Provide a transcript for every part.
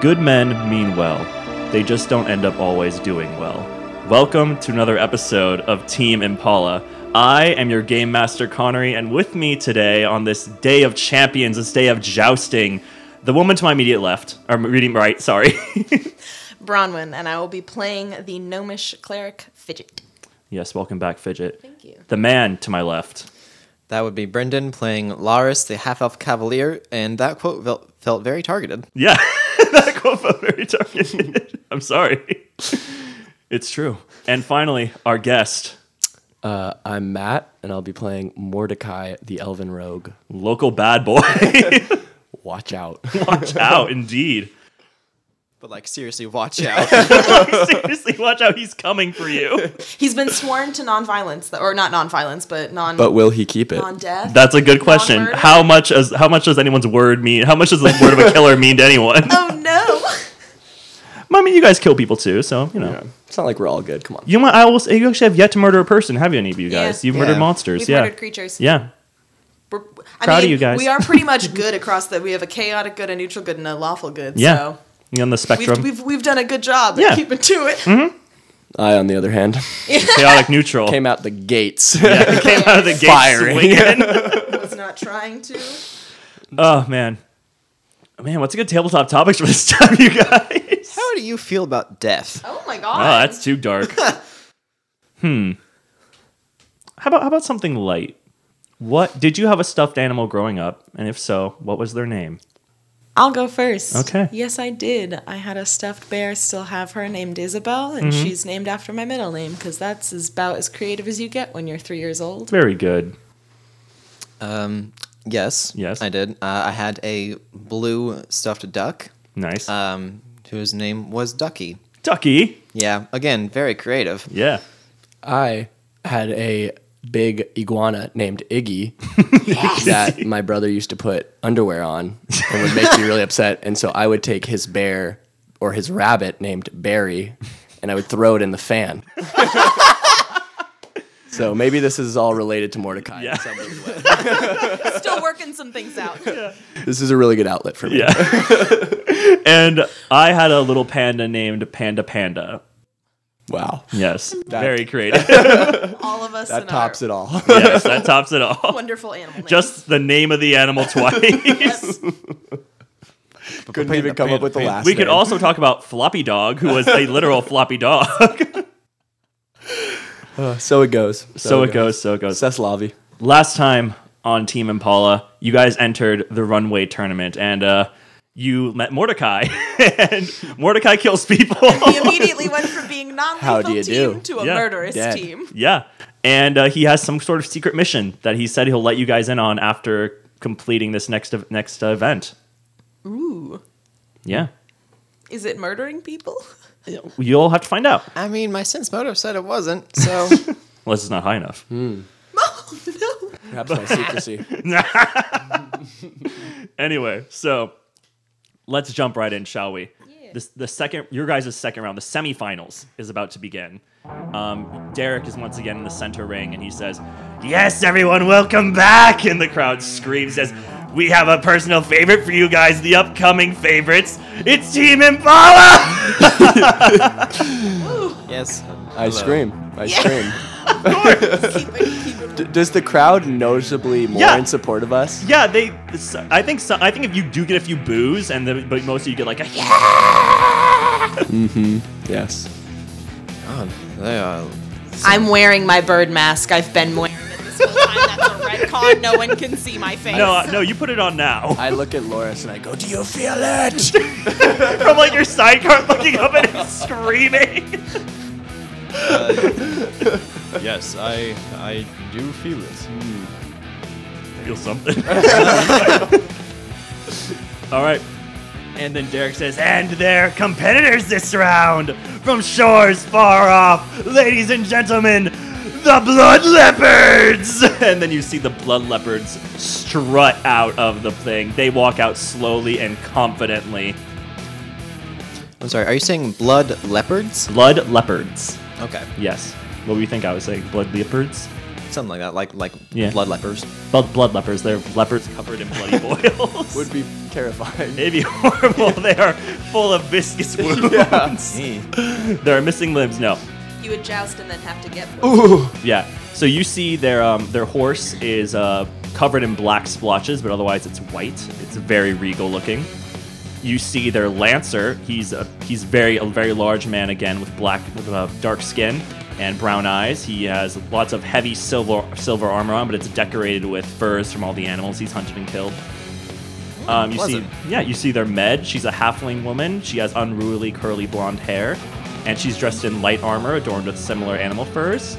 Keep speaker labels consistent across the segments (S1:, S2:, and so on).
S1: Good men mean well, they just don't end up always doing well. Welcome to another episode of Team Impala. I am your game master Connery, and with me today on this day of champions, this day of jousting, the woman to my immediate left, or reading right, sorry.
S2: Bronwyn, and I will be playing the gnomish cleric Fidget.
S1: yes, welcome back, Fidget.
S2: Thank you.
S1: The man to my left.
S3: That would be Brendan playing Laris, the half elf cavalier, and that quote felt, felt very targeted.
S1: Yeah, that quote felt very targeted. I'm sorry. It's true. And finally, our guest,
S4: Uh, I'm Matt, and I'll be playing Mordecai, the Elven Rogue.
S1: local bad boy.
S4: Watch out!
S1: Watch out, indeed.
S3: But like seriously, watch out.
S1: Seriously, watch out. He's coming for you.
S2: He's been sworn to nonviolence, th- or not nonviolence, but non
S4: But will he keep it?
S2: non death.
S1: That's a good question. How much as how much does anyone's word mean? How much does the word of a killer mean to anyone?
S2: oh no!
S1: I mean, you guys kill people too, so you know.
S4: Yeah. It's not like we're all good. Come on.
S1: You know what? I will say you actually have yet to murder a person. Have you any of you
S2: Yeah.
S1: guys? You've
S3: Yeah.
S1: murdered monsters.
S2: We've
S1: yeah.
S2: murdered creatures.
S1: yeah.
S2: We're, I
S1: Proud of
S2: mean,
S1: you guys.
S2: We are pretty much good across the. We have a chaotic good, a neutral good, and a lawful good.
S1: Yeah.
S2: So
S1: You on the spectrum.
S2: we've, we've we've done a good job.
S1: Yeah. Hmm?
S2: Yeah. Keep it to it.
S4: I, on the other hand,
S1: Chaotic neutral.
S4: came out the gates.
S1: yeah, came out of the gate
S4: Firing.
S1: swinging.
S2: Was not trying to.
S1: Oh man, man, what's a good tabletop topics for this time, you guys?
S3: How do you feel about death?
S2: Oh my
S1: Oh,
S2: god!
S1: that's too dark. hmm. How about how about something light? What did you have a stuffed animal growing up? And if so, what was their name?
S2: I'll go first.
S1: Okay.
S2: Yes, I did. I had a stuffed bear. Still have her named Isabel, and
S1: Mm-hmm.
S2: she's named after my middle name because that's as- about as creative as you get when you're three years old.
S1: Very good.
S3: Um, yes.
S1: Yes.
S3: I did. Uh, I had a blue stuffed duck,
S1: Nice.
S3: um, whose name was Ducky.
S1: Ducky.
S3: Yeah, again, very creative.
S1: Yeah.
S4: I had a big iguana named Iggy that my brother used to put underwear on and would make me really upset. And so I would take his bear or his rabbit named Barry, and I would throw it in the fan. so maybe this is all related to Mordecai.
S1: Yeah.
S4: In some weird way.
S2: Still working some things out.
S4: This is a really good outlet for me.
S1: Yeah. and I had a little panda named Panda Panda.
S4: Wow.
S1: Yes. Very creative.
S2: All of us.
S4: That tops it all.
S1: yes, that tops it all.
S2: Wonderful animal. Name.
S1: Just the name of the animal twice.
S4: Couldn't even come up with the last.
S1: We could
S4: name.
S1: also talk about Floppy Dog, who was a literal floppy dog.
S4: So it goes.
S1: so it goes, so it goes.
S4: Seslavi.
S1: Last time on Team Impala, you guys entered the runway tournament and uh, you met Mordecai. and Mordecai kills people.
S2: we immediately went from being non-lethal
S4: How do you
S2: team
S4: do?
S2: to a
S1: Yeah.
S2: murderous
S4: Dead.
S2: team.
S1: yeah. And uh, he has some sort of secret mission that he said he'll let you guys in on after completing this next ev- next uh, event.
S2: Ooh.
S1: Yeah.
S2: Is it murdering people?
S1: You'll have to find out.
S3: I mean, my sense motive said it wasn't, so
S1: Unless it's not high enough.
S2: Oh, no.
S4: Perhaps my secrecy.
S1: anyway, so let's jump right in, shall we?
S2: Yeah.
S1: This the second your guys' second round, the semifinals, is about to begin. Um, Derek is once again in the center ring, and he says, "Yes, everyone, welcome back!" And the crowd screams, "Says we have a personal favorite for you guys, the upcoming favorites. It's Team Impala."
S3: yes.
S4: I scream. I
S2: Yeah.
S4: scream.
S2: Keep it- keep it-
S4: D- does the crowd noticeably more
S1: Yeah.
S4: in support of us?
S1: Yeah, they. I think. So, I think if you do get a few boos, and the, but most of you get like a yeah.
S4: Yes.
S3: Oh, they are.
S2: I'm wearing my bird mask. I've been wearing it this whole time. That's a red card. No one can see my face.
S1: No, uh, no, you put it on now.
S4: I look at Loris and I go, "Do you feel it?"
S1: from like your sidecar looking up at him screaming.
S5: Yes, I I do feel it.
S1: Feel something. All right. And then Derek says, and their competitors this round from shores far off, ladies and gentlemen, the Blood Leopards! And then you see the Blood Leopards strut out of the thing. They walk out slowly and confidently.
S3: I'm sorry. Are you saying blood leopards?
S1: Blood Leopards.
S3: Okay,
S1: Yes. What do you think I was saying? Blood Leopards?
S3: something like that, like like
S1: Yeah.
S3: blood lepers.
S1: Blood, blood leopards. They're leopards covered in bloody boils.
S4: Would be terrifying.
S1: Maybe horrible. they are full of viscous wounds. there are missing limbs. No.
S6: You would joust and then have to get.
S1: Yeah. So you see their um, their horse is uh, covered in black splotches, but otherwise it's white. It's very regal looking. You see their lancer. He's a he's very a very large man again with black with uh, dark skin and brown eyes. He has lots of heavy silver silver armor on, but it's decorated with furs from all the animals he's hunted and killed.
S6: Oh,
S1: Um, you
S3: pleasant.
S1: see, yeah, you see their med. She's a halfling woman. She has unruly curly blonde hair, and she's dressed in light armor adorned with similar animal furs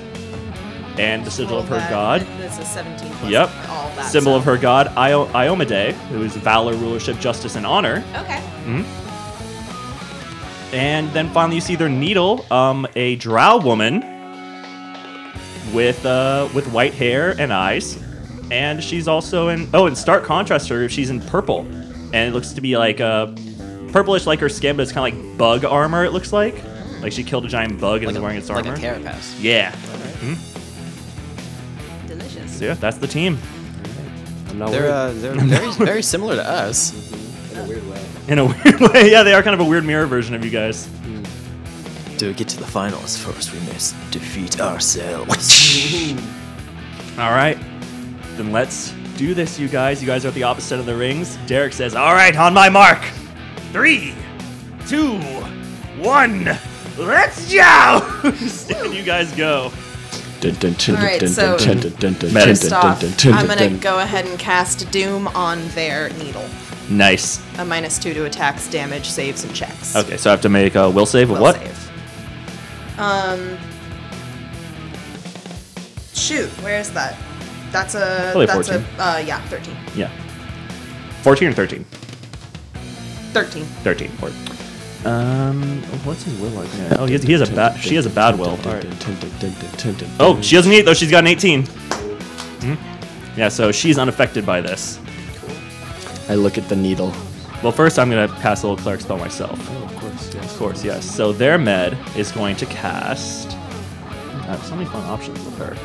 S1: and the sigil of her god.
S6: That's a 17 plus.
S1: Yep.
S6: All that
S1: Symbol of her god, Io- Iomade, who is valor, rulership, justice, and honor.
S6: her. Okay.
S1: And then finally, you see their needle, um, a drow woman with uh, with white hair and eyes, and she's also in oh, in stark contrast, to her she's in purple, and it looks to be like uh, purplish like her skin, but it's kind of like bug armor. It looks like like she killed a giant bug and
S3: Like
S1: is
S3: a,
S1: wearing its
S3: like
S1: armor.
S3: a carapace.
S1: yeah, Mm.
S6: Delicious.
S1: so yeah, that's the team
S4: I'm not
S3: They're
S4: worried.
S3: uh, they're very very similar to us.
S1: in a weird way. Yeah, they are kind of a weird mirror version of you guys.
S3: To get to the finals first, we must defeat ourselves.
S1: All right. Then let's do this, you guys. You guys are at the opposite of the rings. Derek says, All right, on my mark. Three, two, one. Let's joust! and you guys go.
S6: Alright, so- First off, I'm gonna go ahead and cast Doom on their needle.
S1: Nice.
S6: A minus two to attacks, damage, saves, and checks.
S1: Okay, so I have to make a will save. A
S6: Will
S1: what?
S6: save. Um. Shoot, where is that? That's a.
S1: Probably
S6: that's
S1: 14.
S6: a. Uh, yeah, 13.
S1: Yeah. 14 or 13?
S6: 13.
S1: 13. Or, um, what's his will like? Yeah. Oh, he has, he has a bad. She has a bad will. Oh, she doesn't need it though. She's got an 18. Mhm. Yeah, so she's unaffected by this.
S4: I look at the needle.
S1: Well, first I'm gonna cast a little cleric spell myself.
S4: Oh, Of course,
S1: Of course, yes. So their med is going to cast. I have so many fun options with her.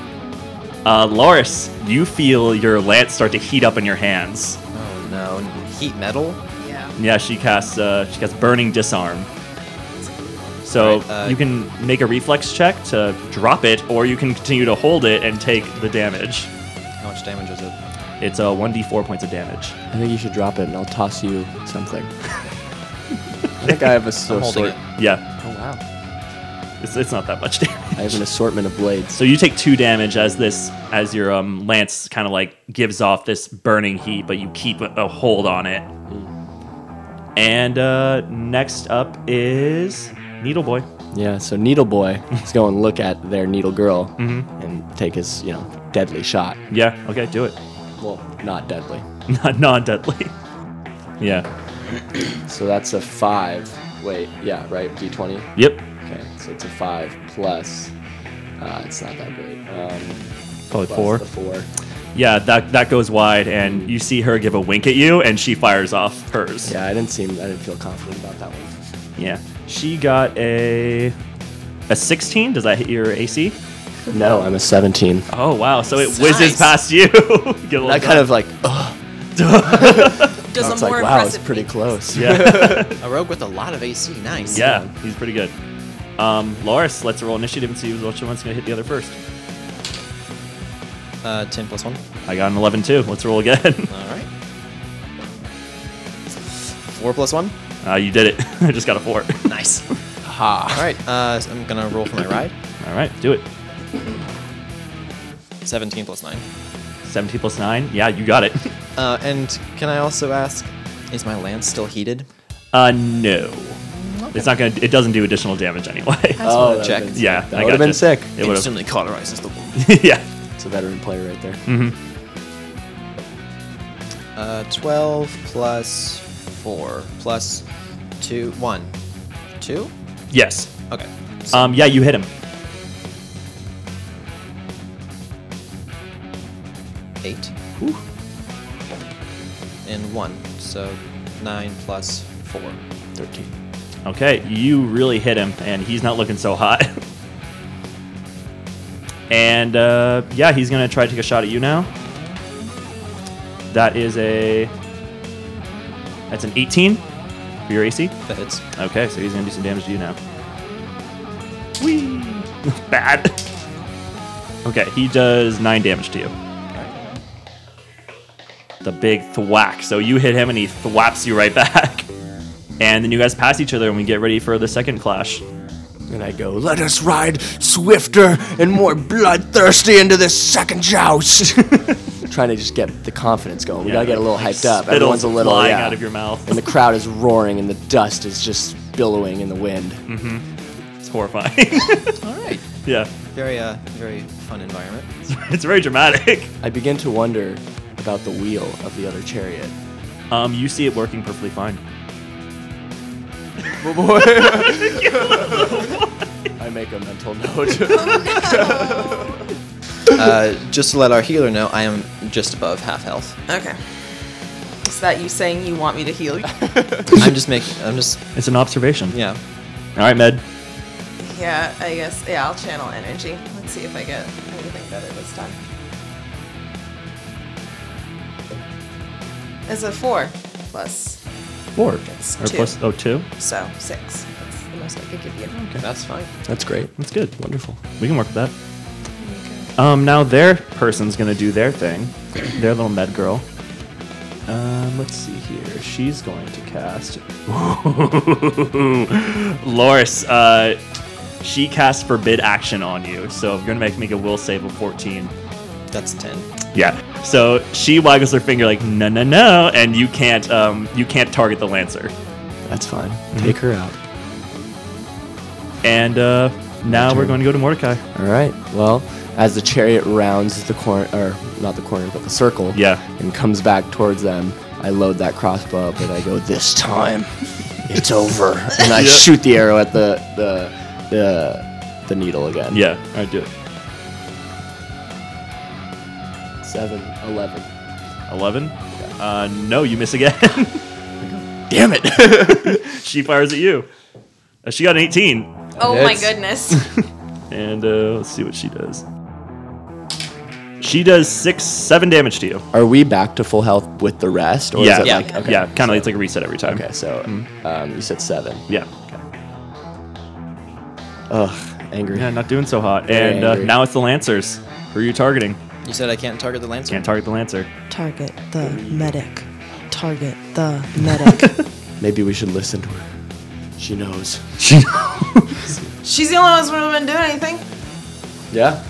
S1: Uh, Loris, you feel your lance start to heat up in your hands.
S3: oh no, heat metal.
S6: Yeah.
S1: Yeah, she casts. Uh, she casts burning disarm. So
S3: Right, uh,
S1: you can make a reflex check to drop it, or you can continue to hold it and take the damage.
S3: How much damage is it?
S1: It's uh, 1d4 points of damage.
S4: I think you should drop it, and I'll toss you something. I think I have a
S3: I'm holding
S4: assort-
S3: it.
S1: Yeah,
S4: Oh wow!
S1: it's, it's not that much damage.
S4: I have an assortment of blades.
S1: So you take two damage as this, as your um, lance kind of like gives off this burning heat, but you keep a a hold on it. And uh, next up is Needle Boy.
S4: Yeah. So Needle Boy is going to look at their Needle Girl
S1: Mm-hmm.
S4: and take his, you know, deadly shot.
S1: Yeah, okay, do it.
S4: Well, not deadly.
S1: Not non deadly. Yeah.
S4: So that's a five. Wait, yeah, right. D twenty.
S1: Yep.
S4: Okay, so it's a five plus. Uh, it's not that great. Um,
S1: Probably
S4: plus
S1: four.
S4: The four.
S1: Yeah, that that goes wide, and you see her give a wink at you, and she fires off hers.
S4: Yeah, I didn't seem. I didn't feel confident about that one.
S1: Yeah. She got a a 16. Does that hit your AC?
S4: No, I'm a seventeen.
S1: Oh wow! So it whizzes
S6: Nice.
S1: past you. Get a little
S4: That kind of like. Ugh.
S6: Does
S4: It's
S6: a more
S4: like wow, it's
S6: impressive.
S4: pretty close.
S1: yeah.
S3: A rogue with a lot of AC. Nice.
S1: Yeah, he's pretty good. Um, Loris, let's roll initiative and see which one's going to hit the other first.
S3: Uh, ten plus one.
S1: I got an 11 too. Let's roll again.
S3: All right. Four plus one.
S1: Uh, you did it. I just got a 4.
S3: Nice.
S4: Ha.
S3: All right. Uh, so I'm gonna roll for my ride.
S1: All right, do it.
S3: Seventeen plus nine.
S1: 17 plus 9. Yeah, you got it.
S3: Uh, and can I also ask, is my lance still heated?
S1: Uh, no. It's not going to, it doesn't do additional damage anyway.
S4: Oh,
S3: wanna
S4: that
S3: check.
S4: would've been-
S1: yeah,
S4: that
S1: I
S4: would have
S1: gotcha.
S4: been sick.
S1: It would
S3: Instantly cauterizes the wound.
S1: have. yeah. Mm-hmm.
S4: It's a veteran player right there.
S3: Uh, 12 plus 4 plus 2. 1. 2?
S1: Yes.
S3: Okay. So
S1: Um, yeah, you hit him.
S3: 8. And 1. So 9 plus 4.
S4: Thirteen.
S1: Okay, you really hit him, and he's not looking so hot. and uh, yeah, he's gonna try to take a shot at you now. That is a That's an 18 for your AC.
S7: That hits.
S1: Okay, so he's gonna do some damage to you now. Whee! Bad. Okay, he does nine damage to you. The big thwack. So you hit him and he thwaps you right back. And then you guys pass each other and we get ready for the second clash.
S4: And I go, let us ride swifter and more bloodthirsty into this second joust. Trying to just get the confidence going. We gotta get a little hyped up.
S1: Spittle's
S4: Everyone's a little
S1: flying
S4: yeah.
S1: out of your mouth.
S4: And the crowd is roaring, and the dust is just billowing in the wind.
S1: Mm-hmm. It's horrifying.
S3: All right.
S1: yeah.
S3: Very, uh, very fun environment.
S1: It's very dramatic.
S4: I begin to wonder about the wheel of the other chariot.
S1: Um, you see it working perfectly fine.
S4: I make a mental note.
S3: Uh, just to let our healer know, I am just above half health.
S2: Okay. Is that you saying you want me to heal you?
S3: I'm just making. I'm just.
S1: It's an observation.
S3: Yeah.
S1: All right, Med.
S2: yeah, I guess. Yeah, I'll channel energy. Let's see if I get anything better this time. It's a four plus,
S1: Four.
S2: It's
S1: or
S2: two.
S1: plus- oh, two?
S2: so six. That's the most I could give you.
S3: That's fine.
S4: That's great.
S1: That's good.
S4: Wonderful.
S1: We can work with that. Um, now their person's gonna do their thing. Their little med girl. Um, let's see here. She's going to cast. Loris, uh, she casts forbid action on you, so you're gonna make me make a will save of 14.
S3: That's a ten.
S1: Yeah. So she waggles her finger like no, no, no, and you can't, um, you can't target the lancer.
S4: That's fine.
S1: Mm-hmm.
S4: Take her out.
S1: And uh, now we're
S4: turn.
S1: going to go to Mordecai.
S4: All right. Well, as the chariot rounds the corner, or not the corner, but the circle,
S1: Yeah.
S4: and comes back towards them, I load that crossbow up and I go, "This time, it's over," and I shoot the arrow at the the the, the needle again.
S1: Yeah. All right, do it.
S4: Seven, eleven.
S1: 11. Uh, no, you miss again.
S4: Damn it!
S1: she fires at you. Uh, she got an 18.
S2: Oh my
S3: Hits.
S2: goodness.
S1: And uh, let's see what she does. She does six, seven damage to you.
S4: Are we back to full health with the rest? Or
S1: yeah,
S4: Is it
S1: yeah,
S4: Like, okay.
S1: yeah. Mm-hmm. Kind of, it's like a reset every time.
S4: Okay. So, um, you said seven.
S1: Yeah.
S4: Ugh, angry.
S1: Yeah, not doing so hot.
S4: Very
S1: And uh,
S4: angry.
S1: now it's the lancers. Who are you targeting?
S3: You said I can't target the lancer.
S1: Can't target the lancer.
S8: Target the medic. Target the medic.
S4: Maybe we should listen to her. She knows.
S2: She's the only one who's been doing anything,
S4: Yeah.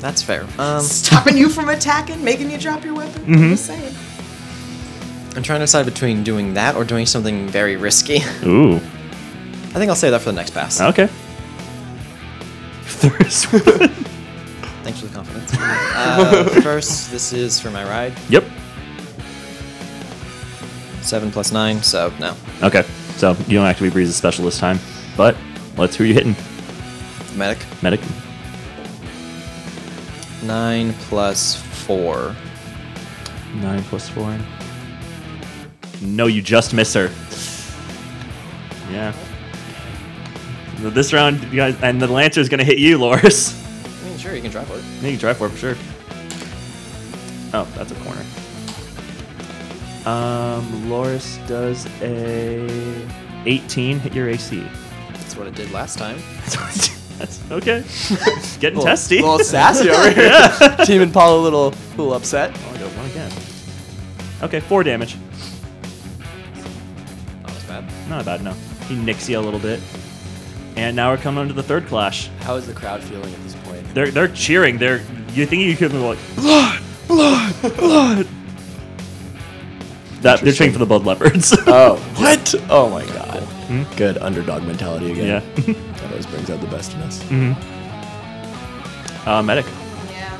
S3: That's fair. Um,
S2: stopping you from attacking, making you drop your weapon. I'm just saying.
S3: I'm trying to decide between doing that or doing something very risky.
S1: Ooh.
S3: I think I'll save that for the next pass.
S1: Okay. First one.
S3: Thanks for the confidence. uh, first, this is for my ride.
S1: yep.
S3: Seven plus nine, so no.
S1: Okay. So you don't actively breeze a special this time. But let's who you hitting.
S3: Medic.
S1: Medic.
S3: Nine plus four.
S1: Nine plus four. No, you just miss her. Yeah. So This round, you guys, and the lancer's gonna hit you, Loris.
S3: I mean, sure, you can try for it.
S1: You can try for it for sure. Oh, that's a corner. Um, Loris does a 18 hit your AC.
S3: That's what it did last time.
S1: That's okay. Getting testy.
S4: little sassy over here. Team and Paul a little, little upset.
S1: Oh, I got one again. Okay, four damage.
S3: Not as bad.
S1: Not bad, no. He nicks you a little bit. And now we're coming on to the third clash.
S4: How is the crowd feeling at this point?
S1: They're they're cheering. They're you think you could be like blood, blood, blood. That they're cheering for the blood leopards.
S4: Oh, what? Oh my god. Good underdog mentality
S1: yeah. Hmm.
S4: again. That always brings out the best in us.
S1: Uh, medic.
S2: Yeah.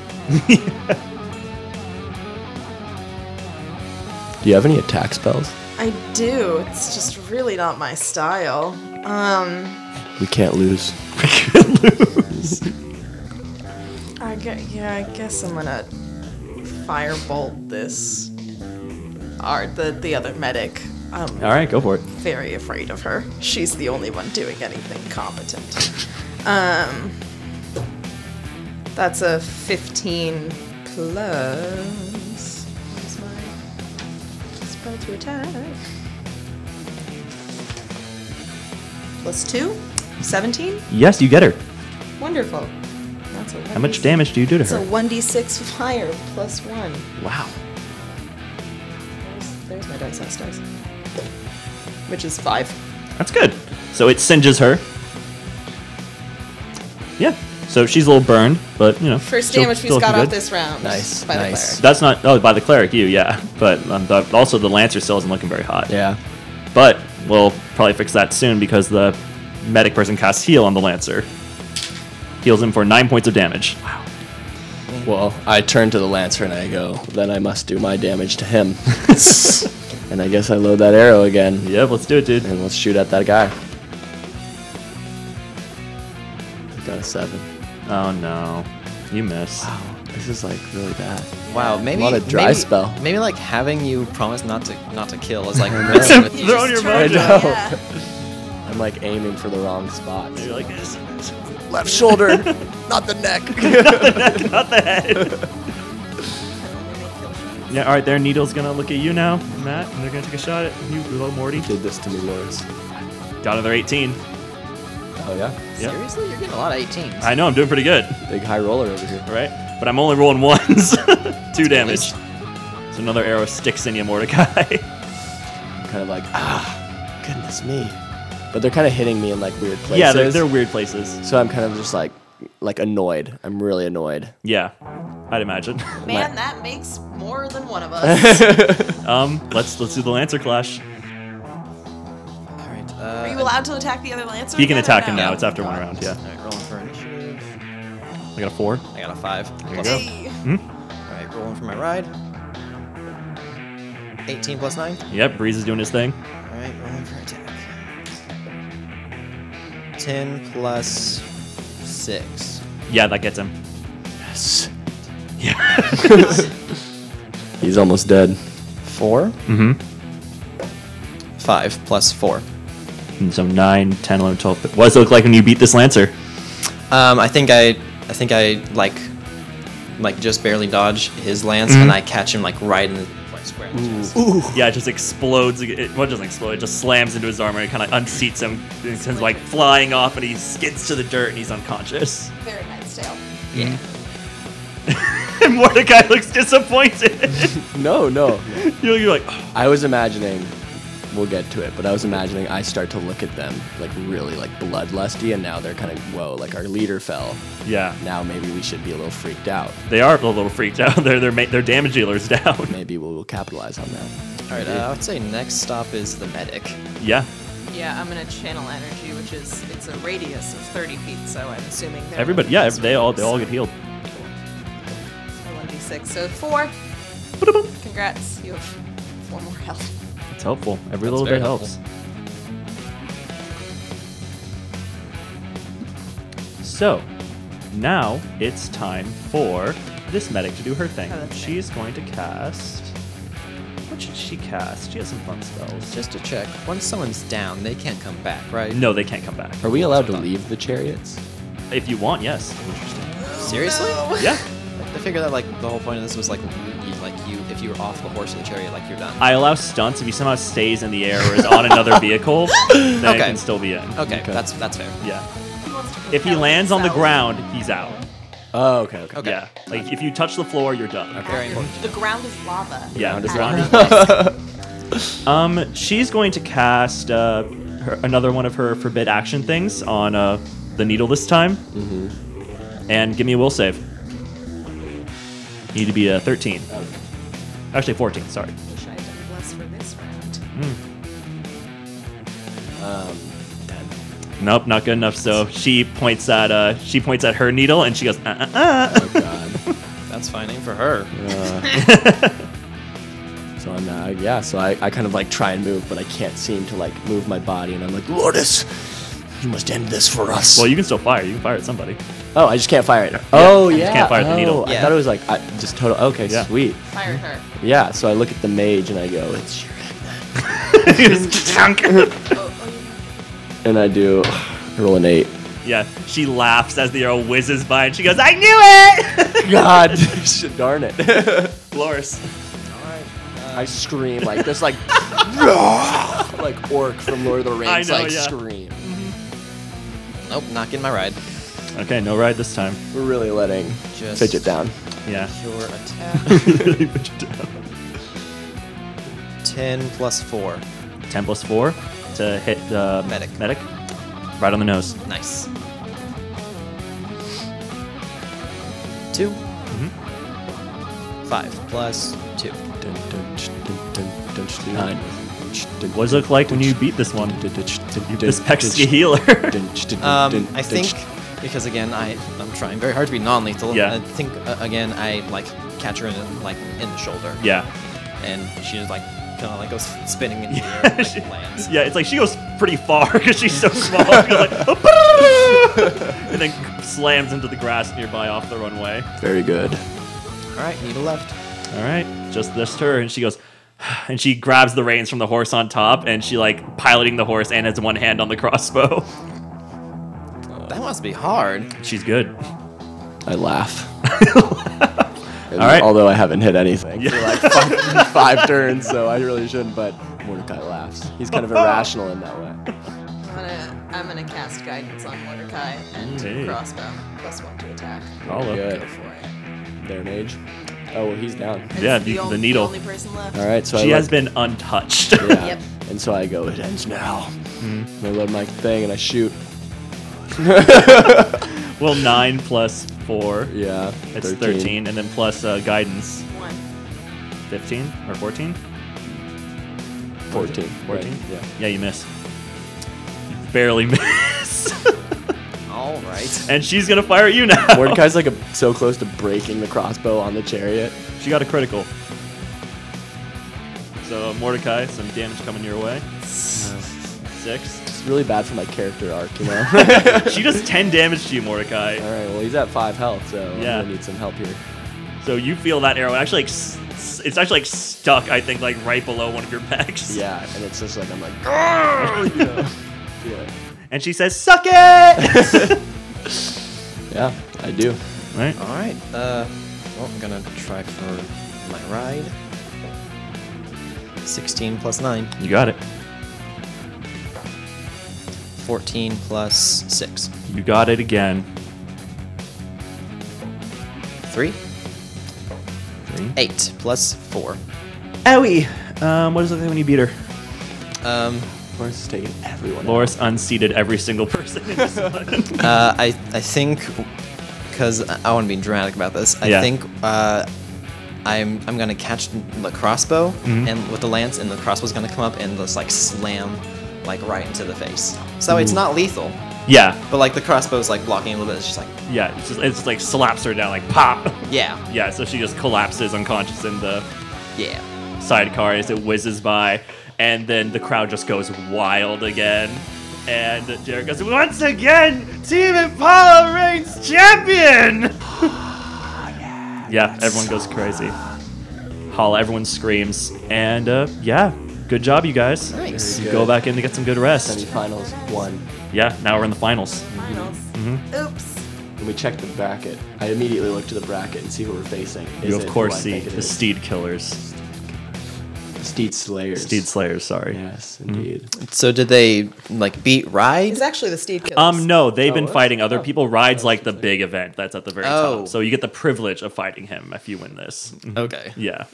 S4: Do you have any attack spells?
S2: I do. It's just really not my style. Um,
S4: We can't lose.
S2: I gue- yeah, I guess I'm gonna firebolt this. Art, the the other medic. Um,
S1: All right, go for it.
S2: very afraid of her. She's the only one doing anything competent. um, that's a 15 plus. Where's my, where's
S6: spell to attack. Plus two? 17?
S1: Yes, you get her.
S6: Wonderful. That's a
S1: How much damage do you do to
S6: It's a
S1: her?
S6: 1d6 fire plus one.
S1: Wow.
S6: There's, there's my dice house dice. Which is five.
S1: That's good. So it singes her. Yeah. So she's a little burned, but you know.
S2: First
S1: still-
S2: damage
S1: still
S2: we've got
S1: good.
S2: off this round.
S4: Nice,
S2: By the
S4: nice.
S2: cleric.
S1: That's not oh by the cleric you yeah, but um, the, also the lancer still isn't looking very hot.
S4: Yeah.
S1: But we'll probably fix that soon because the medic person casts heal on the lancer. Heals him for nine points of damage. Wow.
S4: Well, I turn to the lancer and I go, then I must do my damage to him. and I guess I load that arrow again.
S1: Yep, let's do it, dude.
S4: And let's shoot at that guy. Got a seven.
S1: Oh no, you miss.
S4: Wow, this is like really bad.
S3: Wow, maybe
S4: What a dry
S3: maybe,
S4: spell.
S3: Maybe like having you promise not to not to kill is like
S1: Throw in your
S4: I
S1: mojo.
S4: know. I'm like aiming for the wrong spot.
S1: You're like this,
S4: Left shoulder, not the neck.
S1: not the head. yeah, all right. Their needle's gonna look at you now, Matt, and they're gonna take a shot at you, little Morty.
S4: Did this to me once.
S1: Got another 18.
S4: Oh yeah,
S1: Yep.
S3: Seriously, you're getting a lot of 18s.
S1: I know I'm doing pretty good.
S4: big high roller over here.
S1: right? But I'm only rolling ones. Two damage. So another arrow sticks in you, Mordecai.
S4: Kind of like ah, goodness me. But they're kind of hitting me in like weird places.
S1: yeah, they're, they're weird places.
S4: So I'm kind of just like like annoyed. I'm really annoyed.
S1: Yeah, I'd imagine.
S6: Man, that makes more than one of us.
S1: um, let's let's do the lancer clash.
S3: All right.
S6: Are you
S3: Uh,
S6: allowed to attack the other lancer?
S1: He can
S6: again or
S1: attack him
S6: no?
S1: now. It's after one round. Yeah,
S3: all right, rolling for initiative.
S1: I got a four.
S3: I got a five.
S1: you
S3: Plus,
S1: go. Hmm?
S6: Hey.
S3: all right, rolling for my ride. 18 plus nine.
S1: Yep, Breeze is doing his thing.
S3: All right, rolling for attack. 10 plus six.
S1: Yeah, that gets him.
S4: Yes.
S1: Yeah.
S4: He's almost dead.
S3: Four.
S1: mm-hmm.
S3: Five plus four.
S1: And so 9, 10, 11, 12. What does it look like when you beat this lancer?
S3: Um, I think I, I think I like, like just barely dodge his lance,
S1: Mm-hmm.
S3: and I catch him like right in the like, square. in the chest.
S1: Yeah, it just explodes. It, well, it doesn't explode. It just slams into his armor. It kind of unseats him. He's like flying off, and he skids to the dirt, and he's unconscious.
S6: Very nice tale.
S1: And Mordecai looks disappointed.
S4: No, no.
S1: you're, you're like, "Oh,
S4: I was imagining. We'll get to it, but I was imagining I start to look at them like really like bloodlusty, and now they're kind of whoa, like our leader fell.
S1: yeah.
S4: Now maybe we should be a little freaked out.
S1: They are a little freaked out. Their their ma- their damage dealer's down.
S4: Maybe we'll, we'll capitalize on that.
S3: All right, uh, I would say next stop is the medic.
S1: Yeah.
S6: Yeah, I'm gonna channel energy, which is it's a radius of 30 feet, so I'm assuming they're
S1: Everybody. Yeah. They all they all get healed.
S6: one d six, so four. Congrats, you have four more health.
S1: It's helpful. Every
S3: That's
S1: little
S3: very
S1: bit helps. So, now it's time for this medic to do her thing.
S6: Oh, that's
S1: She's going to cast. What should she cast? She has some fun spells.
S3: Just to check, once someone's down, they can't come back, right?
S1: no, they can't come back.
S4: Are we allowed to leave the chariots?
S1: If you want, yes.
S3: Seriously?
S1: Yeah.
S3: I figure that like the whole point of this was like, you, like you, if you were off the horse or the chariot, like you're done.
S1: I allow stunts if he somehow stays in the air or is on another vehicle, then it
S3: Okay.
S1: can still be in.
S3: okay,
S4: Okay.
S3: that's that's fair.
S1: Yeah.
S6: Who wants to
S1: If he
S6: propel
S1: lands on the
S6: himself?
S1: ground, he's out.
S4: Oh, okay, okay.
S3: Okay.
S1: Yeah. Like if you touch the floor, you're done.
S3: Very important.
S6: The ground is lava.
S1: Yeah.
S4: Ground
S1: the
S4: is
S1: ground is- um, she's going to cast uh, her, another one of her forbid action things on uh, the needle this time, and give me a will save. You need to be a 13. Actually, 14. Sorry.
S6: Wish I had done less for this round.
S4: Um, ten.
S1: Nope, not good enough. So she points at uh, she points at her needle, and she goes, uh, uh, uh.
S4: Oh god.
S3: That's fine. Aim for her.
S4: Uh, so I'm uh, yeah. So I, I kind of like try and move, but I can't seem to like move my body, and I'm like, Lourdes, you must end this for us.
S1: Well, you can still fire. You can fire at somebody.
S4: oh, I just can't fire it. oh yeah.
S1: just can't fire
S4: oh,
S1: the needle.
S4: I
S3: Yeah.
S4: thought it was like I, just total. Okay,
S1: Yeah.
S4: sweet.
S6: Fire her.
S4: Yeah. So I look at the mage and I go, it's your. And I do I roll an eight.
S1: yeah, she laughs as the arrow whizzes by, and she goes, "I knew it."
S4: God, shit, darn it.
S1: Loris.
S3: All right.
S4: I scream like this, like like orc from Lord of the
S1: I
S4: Rings,
S1: know,
S4: like
S1: yeah.
S4: scream.
S3: Nope, not getting my ride.
S1: Okay, no ride this time.
S4: We're really letting
S3: Just
S4: fidget down.
S1: Yeah.
S3: Your attack.
S1: Really put you down.
S3: Ten plus four.
S1: 10 plus 4 to hit the
S3: Medic.
S1: medic. Right on the nose.
S3: Nice. Two.
S1: Mm-hmm.
S3: Five plus two.
S4: Nine.
S1: What does it look like when you beat this one? This Pexy healer. Oh,
S3: Um, I think because again I I'm trying very hard to be non-lethal.
S1: Yeah.
S3: I think uh, again I like catch her in like in the shoulder.
S1: yeah.
S3: And she just like kind of like goes spinning in the air and like, lands.
S1: Yeah, it's like she goes pretty far because she's so small. She goes like, and then slams into the grass nearby off the runway.
S4: Very good.
S3: All right, need a left.
S1: All right, just this her, and she goes, and she grabs the reins from the horse on top, and she like piloting the horse and has one hand on the crossbow.
S3: That must be hard.
S1: She's good.
S4: I laugh. And
S1: All right.
S4: Although I haven't hit anything for like five, five turns, so I really shouldn't. But Mordecai laughs. He's kind of
S1: Oh.
S4: irrational in that way.
S6: I'm gonna, I'm gonna cast guidance on Mordecai and
S1: Hey.
S6: crossbow. Plus one to attack.
S1: Roll up.
S4: Good.
S6: Go for it.
S4: Their mage. Oh, well, he's down.
S1: Yeah,
S6: It's
S1: the- the
S6: on-
S1: needle.
S6: only person left.
S4: All right, so
S1: She
S4: I
S1: has
S4: look-
S1: been untouched.
S4: Yeah.
S6: Yep.
S4: And so I go, it ends now.
S1: Hmm.
S4: And I load my thing and I shoot.
S1: well, nine plus four.
S4: Yeah.
S1: It's 13. and then plus uh, guidance,
S6: One.
S1: 15 or 14?
S4: 14.
S1: 14?
S4: Right, Yeah.
S1: Yeah, you miss. You barely miss.
S3: All right.
S1: and she's going to fire at you now.
S4: Mordecai's like a, so close to breaking the crossbow on the chariot.
S1: She got a critical. So, Mordecai, some damage coming your way. Six.
S4: It's really bad for my character arc, you know? All right,
S1: She does 10 damage to you, Mordecai.
S4: well, he's at five health, so
S1: Yeah.
S4: I'm gonna need some help here.
S1: So, you feel that arrow actually like. s- s- It's actually like stuck, I think, like right below one of your pecs.
S4: Yeah, and it's just like, I'm like, "Grrr," you know? yeah.
S1: And she says, "Suck it!"
S4: yeah, I do.
S1: right.
S3: All right. Uh, well, I'm gonna try for my ride. Sixteen plus nine.
S1: You got it.
S3: 14 plus 6.
S1: You got it again.
S3: 3? 8 plus 4.
S1: Owie. Um, what is the thing when you beat her?
S3: Um,
S4: Lawrence is taking everyone. out.
S1: Loris unseated every single person. in this one.
S3: uh, I, I think, because I want to be dramatic about this, I
S1: Yeah.
S3: think uh, I'm, I'm going to catch the crossbow and with the lance, and the crossbow's going to come up and just like slam like right into the face. So it's not lethal,
S1: yeah,
S3: but like the crossbow's like blocking a little bit. It's just like,
S1: yeah. It's just, it's just like slaps her down, like pop.
S3: yeah,
S1: Yeah, so she just collapses unconscious in the
S3: yeah.
S1: sidecar as it whizzes by, and then the crowd just goes wild again. And Jared goes, once again, Team Impala reigns champion! yeah, everyone goes crazy. Holla, everyone screams. And uh, yeah, good job, you guys.
S3: Nice.
S1: You go back in to get some good rest.
S4: Semifinals, one.
S1: Yeah, now we're in the finals.
S6: Finals.
S1: Mm-hmm.
S6: Oops.
S4: And we check the bracket. I immediately look to the bracket and see who we're facing.
S1: You,
S4: Is it
S1: of
S4: who
S1: course,
S4: I
S1: see
S4: think it
S1: the
S4: is?
S1: Steed Killers.
S4: Steed Slayers.
S1: Steed Slayers, Mm-hmm. sorry.
S4: Yes, indeed.
S3: So did they like beat ride?
S2: It's actually the Steed Killers.
S1: Um, no, they've
S4: Oh,
S1: been
S4: that's-
S1: fighting other
S4: oh.
S1: people. Ride's like the big event that's at the very
S3: Oh.
S1: top. So you get the privilege of fighting him if you win this.
S3: Okay.
S1: Yeah.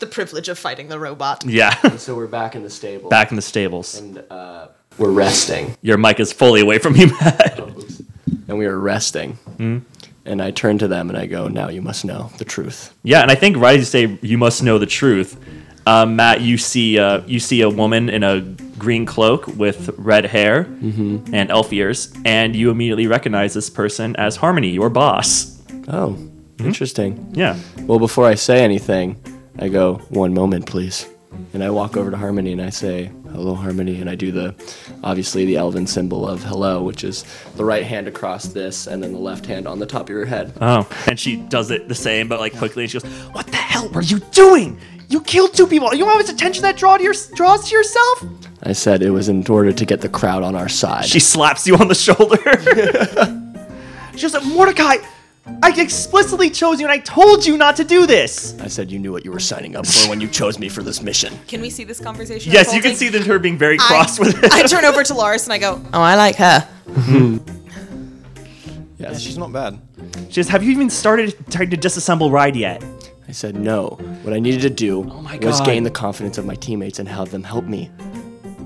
S6: The privilege of fighting the robot.
S1: Yeah.
S4: So we're back in the stable.
S1: Back in the stables.
S4: And uh, we're resting.
S1: Your mic is fully away from you, Matt.
S4: And we were resting. And I turn to them and I go, now you must know the truth.
S1: Yeah, and I think right as you say you must know the truth, um, Matt, you see uh, you see a woman in a green cloak with red hair
S4: Mm-hmm.
S1: and elf ears, and you immediately recognize this person as Harmony, your boss.
S4: Oh, interesting.
S1: Yeah.
S4: Well, before I say anything, I go, one moment, please. And I walk over to Harmony and I say, hello, Harmony. And I do the, obviously, the elven symbol of hello, which is the right hand across this and then the left hand on the top of your head.
S1: Oh, and she does it the same, but like quickly. And she goes, "What the hell were you doing? You killed two people. You want his attention that draw to your draws to yourself?"
S4: I said it was in order to get the crowd on our side.
S1: She slaps you on the shoulder. she goes, "Mordecai, I explicitly chose you and I told you not to do this.
S4: I said you knew what you were signing up for when you chose me for this mission.
S2: Can we see this conversation?
S1: Yes, you can
S2: unfolding?
S1: see that her being very cross with it.
S2: I turn over to Lars and I go, "Oh, I like her."
S3: Yeah, she's not bad.
S1: She says, Have you even started trying to disassemble Ride yet?
S4: I said no. What I needed to do
S1: Oh my
S4: was
S1: God.
S4: gain the confidence of my teammates and have them help me.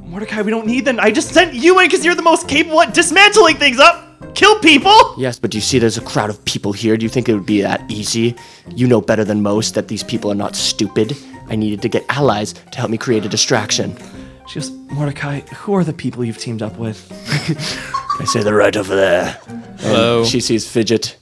S1: Mordecai, we don't need them. I just sent you in because you're the most capable at dismantling things up. Kill people?
S4: Yes, but do you see there's a crowd of people here? Do you think it would be that easy? You know better than most that these people are not stupid. I needed to get allies to help me create a distraction.
S1: She goes, Mordecai, who are the people you've teamed up with?
S4: I say they're right over there.
S5: Hello.
S4: She sees Fidget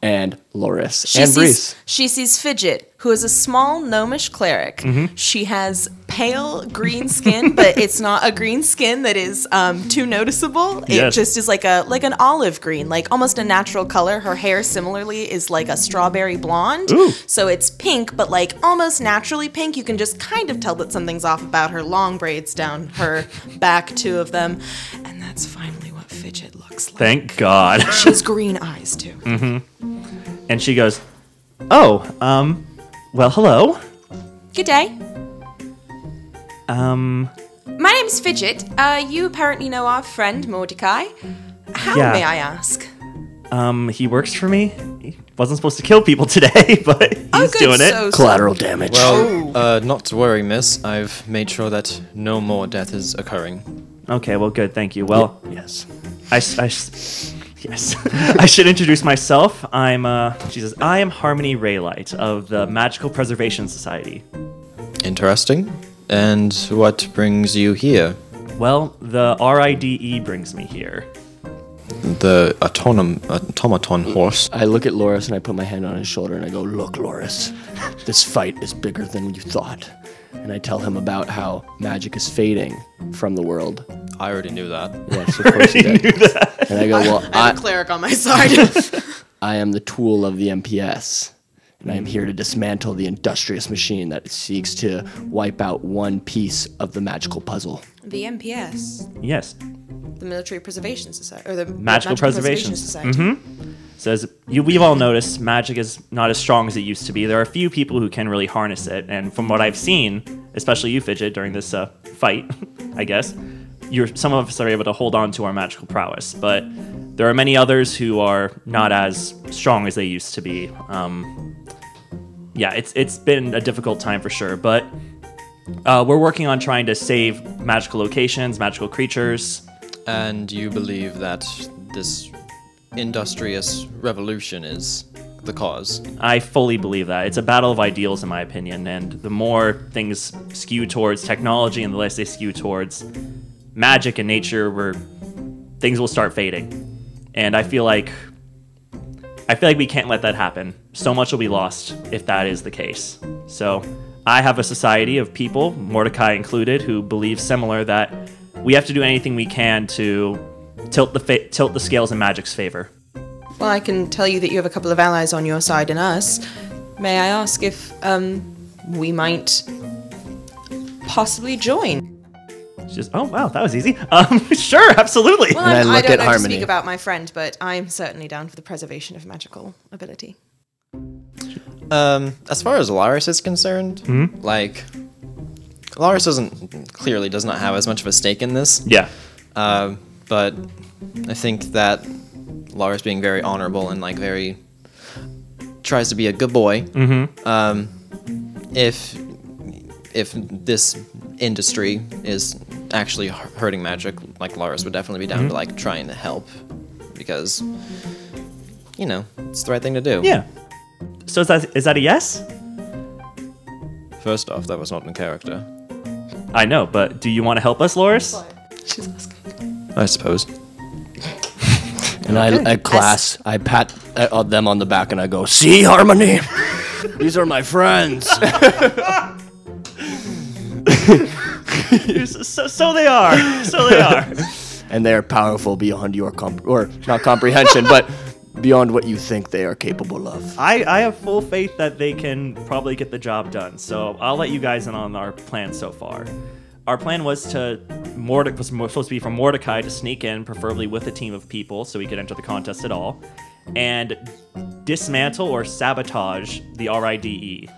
S4: and Loris
S2: She
S4: and
S2: sees,
S4: Breeze.
S2: She sees Fidget, who is a small gnomish cleric.
S1: Mm-hmm.
S2: She has pale green skin, but it's not a green skin that is um, too noticeable. It
S1: Yes.
S2: just is like a like an olive green, like almost a natural color. Her hair similarly is like a strawberry blonde.
S1: Ooh.
S2: So it's pink, but like almost naturally pink. You can just kind of tell that something's off about her long braids down her back, two of them. And that's finally what Fidget looks like.
S1: Thank Mm. God.
S2: She has green eyes too.
S1: and she goes, Oh, um, well, hello.
S2: Good day.
S1: Um,
S2: My name's Fidget. Uh, you apparently know our friend Mordecai. How
S1: Yeah.
S2: may I ask?
S1: um, he works for me. He wasn't supposed to kill people today, but he's doing it.
S2: Oh, So, so-
S4: Collateral damage.
S5: Well,
S3: Uh, not to worry, miss. I've made sure that no more death is occurring.
S1: Okay, well, good. Thank you. Well,
S4: yes.
S1: I, s- I s- yes, I should introduce myself. I'm, uh, she says, I am Harmony Raylight of the Magical Preservation Society.
S3: Interesting. And what brings you here?
S1: Well, the RIDE E brings me here.
S3: The autonom- automaton horse.
S4: I look at Loris and I put my hand on his shoulder and I go, Look, Loris, this fight is bigger than you thought. And I tell him about how magic is fading from the world.
S3: I already knew that.
S4: Yes, of course he did. And I go, Well,
S6: I have a
S4: I,
S6: cleric on my side.
S4: I am the tool of the MPS, and I am here to dismantle the industrious machine that seeks to wipe out one piece of the magical puzzle.
S2: the MPS,
S1: Yes,
S2: the Military Preservation Society, or the the
S1: Magical Preservation
S2: Society.
S1: says you, we've all noticed magic is not as strong as it used to be. There are few people who can really harness it, and from what I've seen, especially you, Fidget, during this uh, fight, I guess, you're some of us are able to hold on to our magical prowess, but there are many others who are not as strong as they used to be. Um, yeah, it's it's been a difficult time for sure, but uh, we're working on trying to save magical locations, magical creatures.
S3: And you believe that this industrious revolution is the cause?
S1: I fully believe that. It's a battle of ideals, in my opinion, and the more things skew towards technology and the less they skew towards magic and nature, where things will start fading. And I feel like I feel like we can't let that happen. So much will be lost if that is the case. So I have a society of people, Mordecai included, who believe similar that we have to do anything we can to tilt the fa- tilt the scales in magic's favor.
S2: Well, I can tell you that you have a couple of allies on your side and us. May I ask if um, we might possibly join?
S1: She says, "Oh wow, that was easy. Um, sure, absolutely."
S2: Well,
S4: And I
S2: I'm,
S4: look
S2: don't
S4: at
S2: know to
S4: Harmony.
S2: speak about my friend, but I'm certainly down for the preservation of magical ability.
S3: Um, as far as Laris is concerned, like Laris doesn't clearly does not have as much of a stake in this.
S1: yeah.
S3: Uh, but I think that Laris being very honorable and like very tries to be a good boy. Um, if if this industry is actually hu- hurting magic, like Laris would definitely be down to like trying to help because you know it's the right thing to do.
S1: Yeah. So is that is that a yes?
S3: First off, that was not in character.
S1: I know, but do you want to help us, Loris?
S2: She's asking.
S3: I suppose.
S4: And I, I class, I pat uh, them on the back and I go, See, Harmony? These are my friends.
S1: so, so they are. So they are.
S4: and they are powerful beyond your comp or not comprehension, but beyond what you think they are capable of.
S1: I I have full faith that they can probably get the job done. So I'll let you guys in on our plan so far. Our plan was to Mordecai was supposed to be from Mordecai to sneak in, preferably with a team of people, so we could enter the contest at all. and dismantle or sabotage the RIDE. E.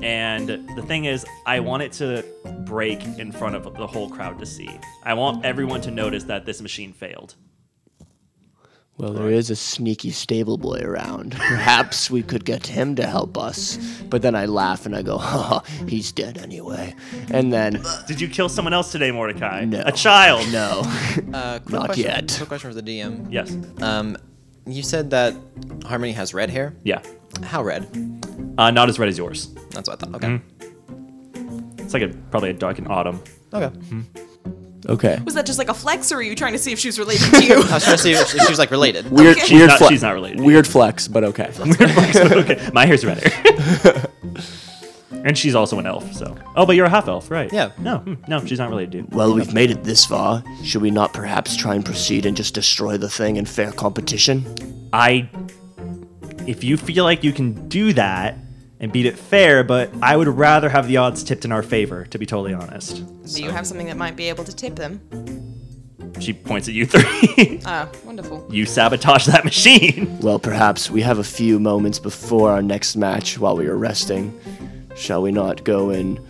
S1: And the thing is, I want it to break in front of the whole crowd to see. I want everyone to notice that this machine failed.
S4: Well, there is a sneaky stable boy around. Perhaps we could get him to help us. But then I laugh and I go, ha, he's dead anyway. And then,
S1: Did you kill someone else today, Mordecai?
S4: No.
S1: A child?
S4: no.
S3: Uh, quick
S4: Not
S3: question,
S4: yet.
S3: Quick question for the DM.
S1: Yes.
S3: Um, you said that Harmony has red hair.
S1: Yeah.
S3: How red?
S1: Uh, not as red as yours.
S3: That's what I thought. Okay.
S1: It's like a probably a dark in autumn.
S3: Okay.
S4: Okay.
S2: Was that just like a flex, or are you trying to see if she was related to you?
S3: I was trying to see if she if she was like related.
S4: Weird,
S2: She's
S4: weird
S1: not-
S4: flex.
S1: she's not related.
S4: Weird flex, but okay.
S1: okay, my hair's redder. and she's also an elf, so. Oh, but you're a half elf, right?
S3: Yeah.
S1: No, hmm, no, she's not related, dude.
S4: Well, we've made it this far. Should we not perhaps try and proceed and just destroy the thing in fair competition?
S1: I. If you feel like you can do that and beat it fair, but I would rather have the odds tipped in our favor, to be totally honest.
S2: Do you have something that might be able to tip them?
S1: She points at you three.
S2: Ah, wonderful.
S1: you sabotage that machine.
S4: Well, perhaps we have a few moments before our next match while we are resting. Shall we not go and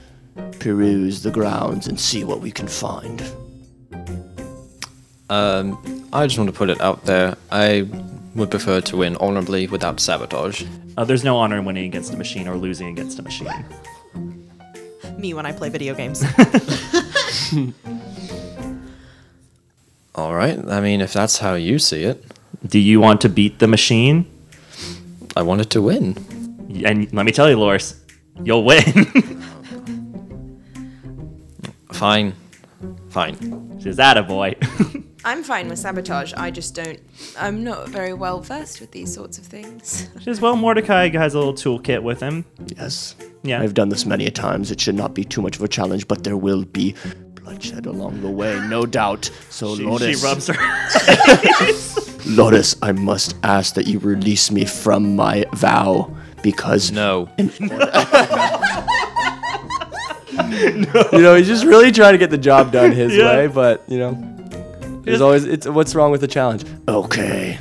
S4: peruse the grounds and see what we can find?
S3: Um, I just want to put it out there. I would prefer to win honorably without sabotage.
S1: Uh, there's no honor in winning against a machine or losing against a machine.
S2: Me when I play video games.
S3: All right. I mean, if that's how you see it,
S1: Do you want to beat the machine?
S3: I wanted to win.
S1: And let me tell you, Loris, you'll win.
S3: Fine. Fine.
S1: she says, that a boy.
S6: I'm fine with sabotage. I just don't. I'm not very well versed with these sorts of things.
S1: She says, well, Mordecai has a little toolkit with him.
S4: Yes.
S1: Yeah.
S4: I've done this many a times. It should not be too much of a challenge, but there will be bloodshed along the way, no doubt. So,
S1: She, she
S4: Loris,
S1: rubs her.
S4: Loris, I must ask that you release me from my vow because
S3: No.
S4: you know he's just really trying to get the job done his
S1: Yeah.
S4: way but you know there's always it's what's wrong with the challenge okay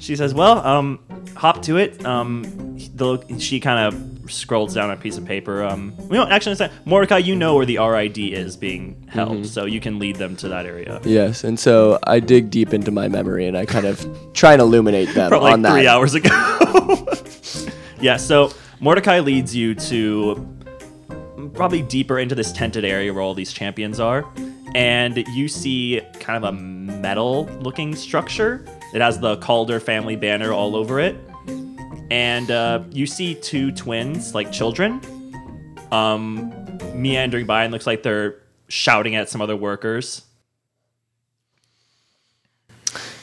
S1: She says, "Well, um, hop to it." Um, the, she kind of scrolls down a piece of paper. Um, we don't actually understand. Mordecai, you know where the RID is being held, so you can lead them to that area.
S4: yes and so i dig deep into my memory and i kind of try and illuminate them
S1: Probably
S4: on
S1: like
S4: that
S1: three hours ago. yeah. So Mordecai leads you to probably deeper into this tented area where all these champions are, and you see kind of a metal-looking structure. It has the Calder family banner all over it. and uh, you see two twins, like children, um, meandering by, and looks like they're shouting at some other workers.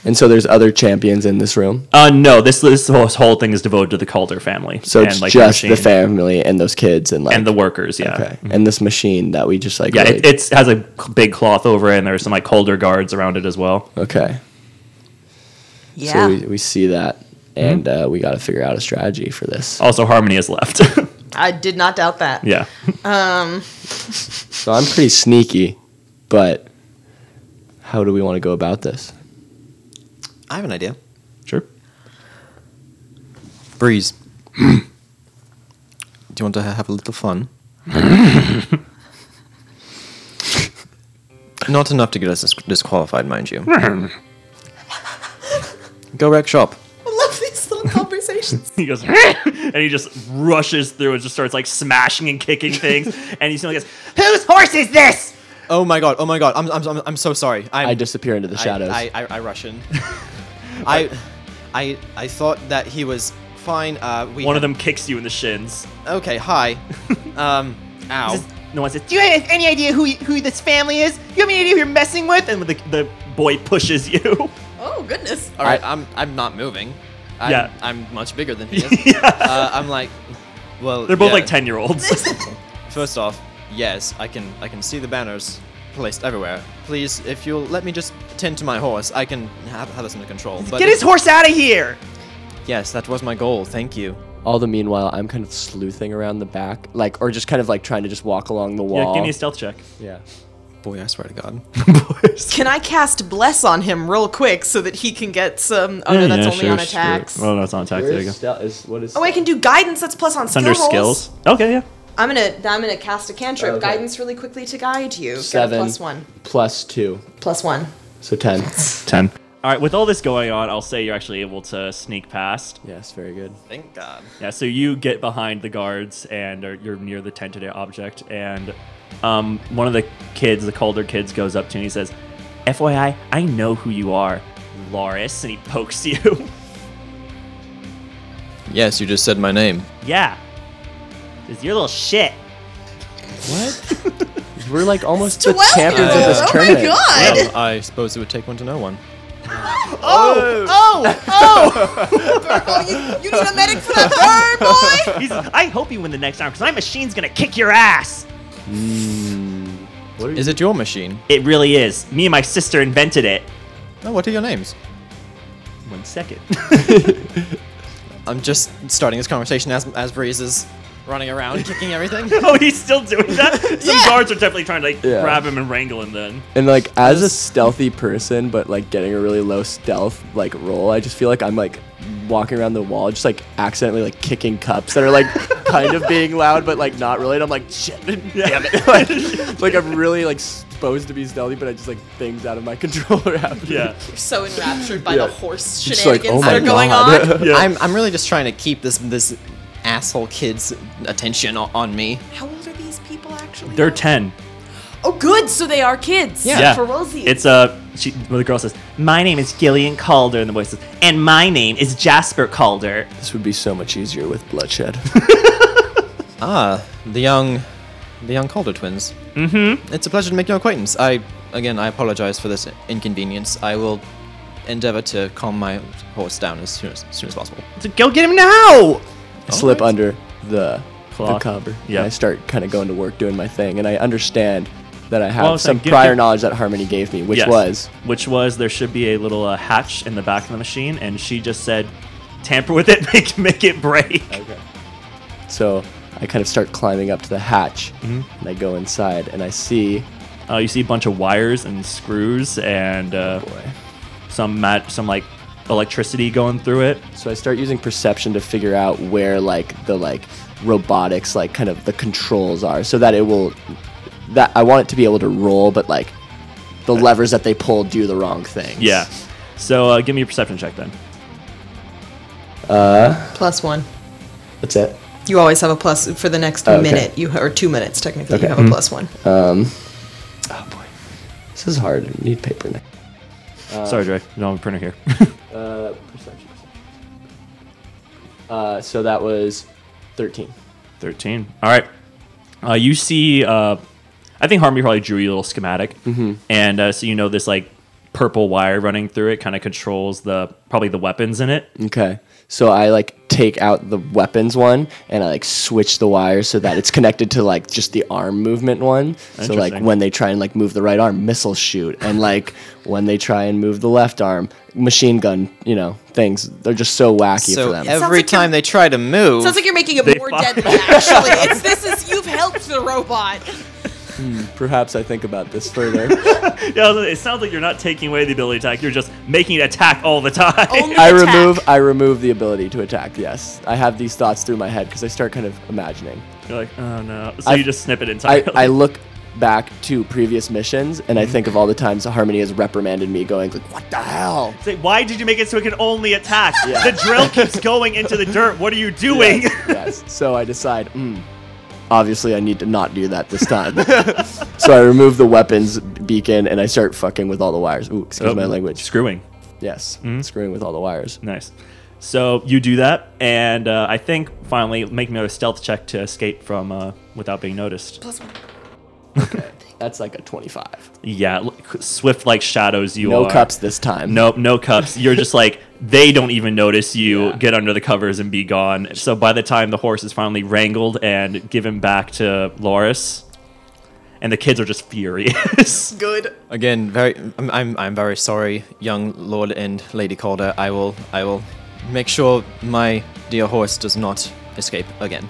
S4: and so there's other champions in this room
S1: Uh, no, this this whole- this whole thing is devoted to the Calder family.
S4: so it's just the
S1: machine
S4: family and those kids and like
S1: and the workers. Yeah,
S4: okay and this machine that we just like
S1: yeah.
S4: really-
S1: It it's, has a cl- big cloth over it, and there's some like Calder guards around it as well.
S4: okay
S2: Yeah.
S4: so we, we see that
S1: Mm-hmm.
S4: and uh, we got to figure out a strategy for this
S1: Also, Harmony has left.
S2: I did not doubt that.
S1: yeah,
S4: so i'm pretty sneaky but how do we want to go about this
S3: I have an idea.
S1: sure.
S3: Breeze. Do you want to ha- have a little fun? Not enough to get us dis- disqualified, mind you. Go wreck shop.
S2: I love these little conversations.
S1: He goes, and he just rushes through and just starts like smashing and kicking things. and he suddenly goes, "Whose horse is this?"
S3: Oh my god! Oh my god! I'm I'm I'm, I'm so sorry. I'm,
S4: i disappear into the
S3: I-
S4: shadows
S3: I I, I rush in. I I I thought that he was fine. Uh, we
S1: One of them kicks you in the shins.
S3: Okay. Hi. um. Ow.
S1: No one says, "Do you have any idea who who this family is? You have any idea who you're messing with?" And the, the boy pushes you.
S2: oh goodness.
S3: All right, I, am I'm not moving. I'm,
S1: Yeah.
S3: I'm much bigger than he is. uh, I'm like, well,
S1: They're both
S3: yeah.
S1: like ten year olds.
S3: First off, yes, I can I can see the banners placed everywhere. Please, if you'll let me just tend to my horse, I can have, have this under control. But
S1: Get his horse out of here.
S3: yes, that was my goal. Thank you.
S4: All the meanwhile, I'm kind of sleuthing around the back, like, or just kind of like trying to just walk along the wall.
S1: Yeah, give me a stealth check.
S4: Yeah.
S3: Boy, I swear to God.
S6: Can I cast bless on him real quick so that he can get some? Oh no, that's only on attacks.
S1: Well, that's on attacks. There you go.
S4: what is
S6: Oh, I can do guidance. That's plus on
S1: It's under
S6: skill rolls.
S1: skills. Okay, yeah.
S6: I'm gonna I'm gonna cast a cantrip
S4: Oh, Okay.
S6: guidance really quickly to guide you. Get a
S4: seven
S6: plus one.
S4: plus two,
S6: Plus one.
S4: so ten.
S1: 10. All right, with all this going on, I'll say you're actually able to sneak past.
S4: yes, very good.
S3: Thank God.
S1: Yeah, so you get behind the guards and are, you're near the tented object, and um, one of the kids, the Calder kids, goes up to you and he says, FYI, I know who you are, Loris, and he pokes you.
S3: Yes, you just said my name.
S1: yeah. Because you're a little shit.
S4: What? We're like almost the
S6: 12
S4: champions of
S3: years
S2: Oh
S4: this
S6: Oh
S3: old.
S4: tournament.
S6: god!
S3: Well, Um, I suppose it would take one to know one.
S6: Oh oh! Burkle, you, you need a medic for that burn, boy.
S1: He says, I hope you win the next round, because my machine's going to kick your ass.
S3: Is it your machine?
S1: It really is. Me and my sister invented it.
S3: No, what are your names?
S1: One second.
S3: I'm just starting this conversation as as Breeze is running around kicking everything.
S1: oh, he's still doing that? Some guards are definitely trying to like
S4: Yeah.
S1: grab him and wrangle him then.
S4: And like as a stealthy person, but like getting a really low stealth like roll, I just feel like I'm like walking around the wall, just like accidentally like kicking cups that are like kind of being loud, but like not really. And I'm like, shit, damn it! Like, it's like I'm really like supposed to be stealthy, but I just like things out of my control are happening.
S1: Yeah.
S6: You're so enraptured by
S4: Yeah.
S6: the horse
S4: It's
S6: shenanigans
S4: like, oh
S6: that
S4: my
S6: are going
S4: god.
S6: on.
S1: Yeah.
S3: I'm I'm really just trying to keep this this asshole kid's attention o- on me.
S6: How old are these people actually?
S1: They're 10.
S6: oh, good. So they are kids.
S3: Yeah.
S1: Yeah.
S6: For Rosie.
S1: It's uh, she, well, the girl says, "My name is Gillian Calder," and the boy says, "And my name is Jasper Calder."
S4: This would be so much easier with bloodshed. Oh,
S3: Ah, the young, the young Calder twins. Mm-hmm. It's a pleasure to make your acquaintance. I, again, I apologize for this inconvenience. I will endeavor to calm my horse down as soon as, as, soon as possible.
S1: So go get him now.
S4: I slip under the
S1: Clock.
S4: the cover.
S1: Yeah.
S4: And I start kind of going to work doing my thing, and I understand that I have
S1: Well, it's
S4: some
S1: like, give-
S4: prior
S1: give-
S4: knowledge that Harmony gave me, which
S1: Yes.
S4: was
S1: which was there should be a little uh, hatch in the back of the machine, and she just said, "Tamper with it, make make it break."
S4: So I kind of start climbing up to the hatch and I go inside and I see.
S1: Uh, you see a bunch of wires and screws and uh,
S4: Oh, Boy.
S1: some mat- some like electricity going through it.
S4: So I start using perception to figure out where like the like robotics like kind of the controls are so that it will that I want it to be able to roll but like the levers that they pull do the wrong thing.
S1: Yeah. So uh, give me a perception check then.
S6: plus one.
S4: That's it.
S6: You always have a plus for the next
S4: Oh, Okay.
S6: minute. You ha- or two minutes technically.
S4: Okay. Mm-hmm.
S6: You have a plus one.
S4: Oh boy. This is hard. I need paper now.
S1: Sorry, Dre, you don't have a printer here.
S4: Uh perception. Uh so that was 13.
S1: 13. All right. Uh, you see, uh, I think Harmony probably drew you a little schematic.
S4: Mm-hmm.
S1: And uh, so you know this like purple wire running through it kind of controls the probably the weapons in it.
S4: Okay. So I like take out the weapons one and I like switch the wires so that it's connected to like just the arm movement one. So like
S1: Interesting.
S4: when they try and like move the right arm, missiles shoot. And like when they try and move the left arm, machine gun, you know, things. They're just so wacky
S3: So
S4: for them.
S3: every
S6: like
S3: time they try to move,
S6: Sounds like you're making it
S1: They
S6: more
S1: fought.
S6: deadly. Actually, it's this is you've helped the robot.
S4: Perhaps I think about this further.
S1: Yeah, it sounds like you're not taking away the ability to attack. You're just making it attack all the time.
S6: Only
S4: I
S6: attack.
S4: remove I remove the ability to attack. Yes. I have these thoughts through my head cuz I start kind of imagining.
S1: you're like, oh no. So
S4: I-
S1: you just snip it
S4: I,
S1: entirely.
S4: I look back to previous missions and
S3: Mm-hmm.
S4: I think of all the times Harmony has reprimanded me going like what the hell?
S1: Say, Why did you make it so it could only attack?
S4: Yeah.
S1: The drill keeps going into the dirt. What are you doing?
S4: yes. So I decide, mm, obviously I need to not do that this time. so I remove the weapons beacon and I start fucking with all the wires. Ooh, excuse my language.
S1: Screwing.
S4: Yes,
S3: Mm-hmm.
S4: screwing with all the wires.
S1: Nice. So you do that, and uh, I think finally make another stealth check to escape from uh, without being noticed.
S4: That's like a 25.
S1: Yeah, l- swift like shadows. You
S4: No
S1: are.
S4: cups this time.
S1: Nope, no cups. You're just like they don't even notice you.
S4: Yeah.
S1: Get under the covers and be gone. So by the time the horse is finally wrangled and given back to Loris, and the kids are just furious.
S6: Good.
S3: again, very, I'm, I'm, I'm very sorry, young Lord and Lady Calder. I will, I will make sure my dear horse does not escape again.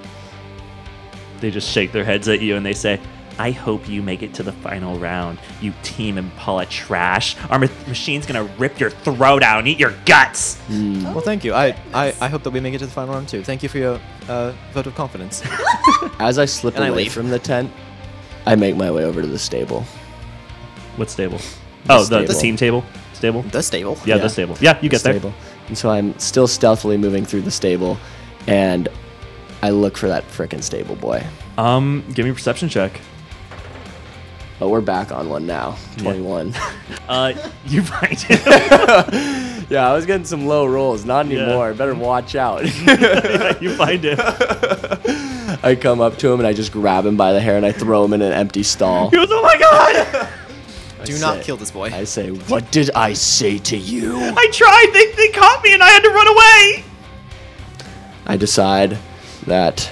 S1: they just shake their heads at you and they say, I hope you make it to the final round. You team Impala trash. Our ma- machine's gonna rip your throat out and eat your guts.
S3: Well, thank you. I, I, I hope that we make it to the final round too. Thank you for your uh, vote of confidence.
S4: As I slip
S3: And I
S4: away
S3: leave.
S4: from the tent, I make my way over to the stable.
S1: What stable? Oh, the, the
S4: stable.
S1: team table stable.
S3: the stable.
S1: Yeah, the stable. Yeah, you get there.
S4: stable. And so I'm still stealthily moving through the stable, and I look for that frickin' stable boy.
S1: Um, give me a perception check.
S4: But we're back on one now. 21. Yeah,
S1: Uh, you find him.
S4: I was getting some low rolls. Not anymore. Better watch out.
S1: you find him.
S4: I come up to him and I just grab him by the hair and I throw him in an empty stall.
S1: He goes, oh my god!
S3: Do not
S4: it.
S3: kill this boy.
S4: I say, What did I say to you?
S1: I tried. They, they caught me, and I had to run away.
S4: I decide that.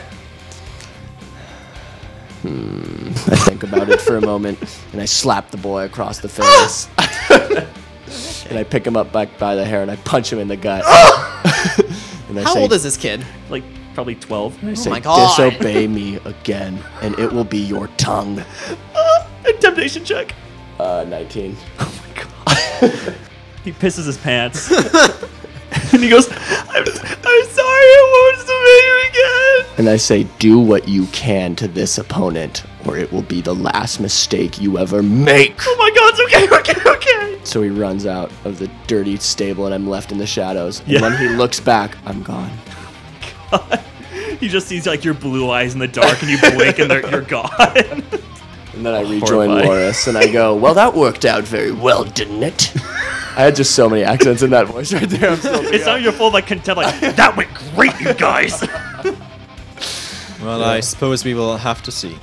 S4: Hmm. I think about it for a moment, and I slap the boy across the face. and I pick him up back by the hair, and I punch him in the gut. and I
S3: How
S4: say,
S3: old is this kid?
S1: Like probably twelve.
S4: say,
S3: my God.
S4: Disobey me again, and it will be your tongue.
S1: Uh, a temptation check.
S4: Uh, 19.
S1: He pisses his pants. and he goes, I'm, I'm sorry, I won't disobey you again.
S4: And I say, do what you can to this opponent, or it will be the last mistake you ever make.
S1: Oh my god, it's okay, okay, okay.
S4: So he runs out of the dirty stable, and I'm left in the shadows. And
S1: Yeah.
S4: when he looks back, I'm gone.
S1: He just sees like your blue eyes in the dark and you blink and they're, you're gone.
S4: And then I
S1: Oh,
S4: rejoin
S1: Horrifying.
S4: Loris, and I go, "Well, that worked out very well, didn't it?" I had just so many accents in that voice right there. I'm still
S1: it's not your full like contempt, like, that went great, you guys.
S9: Well, I suppose we will have to see.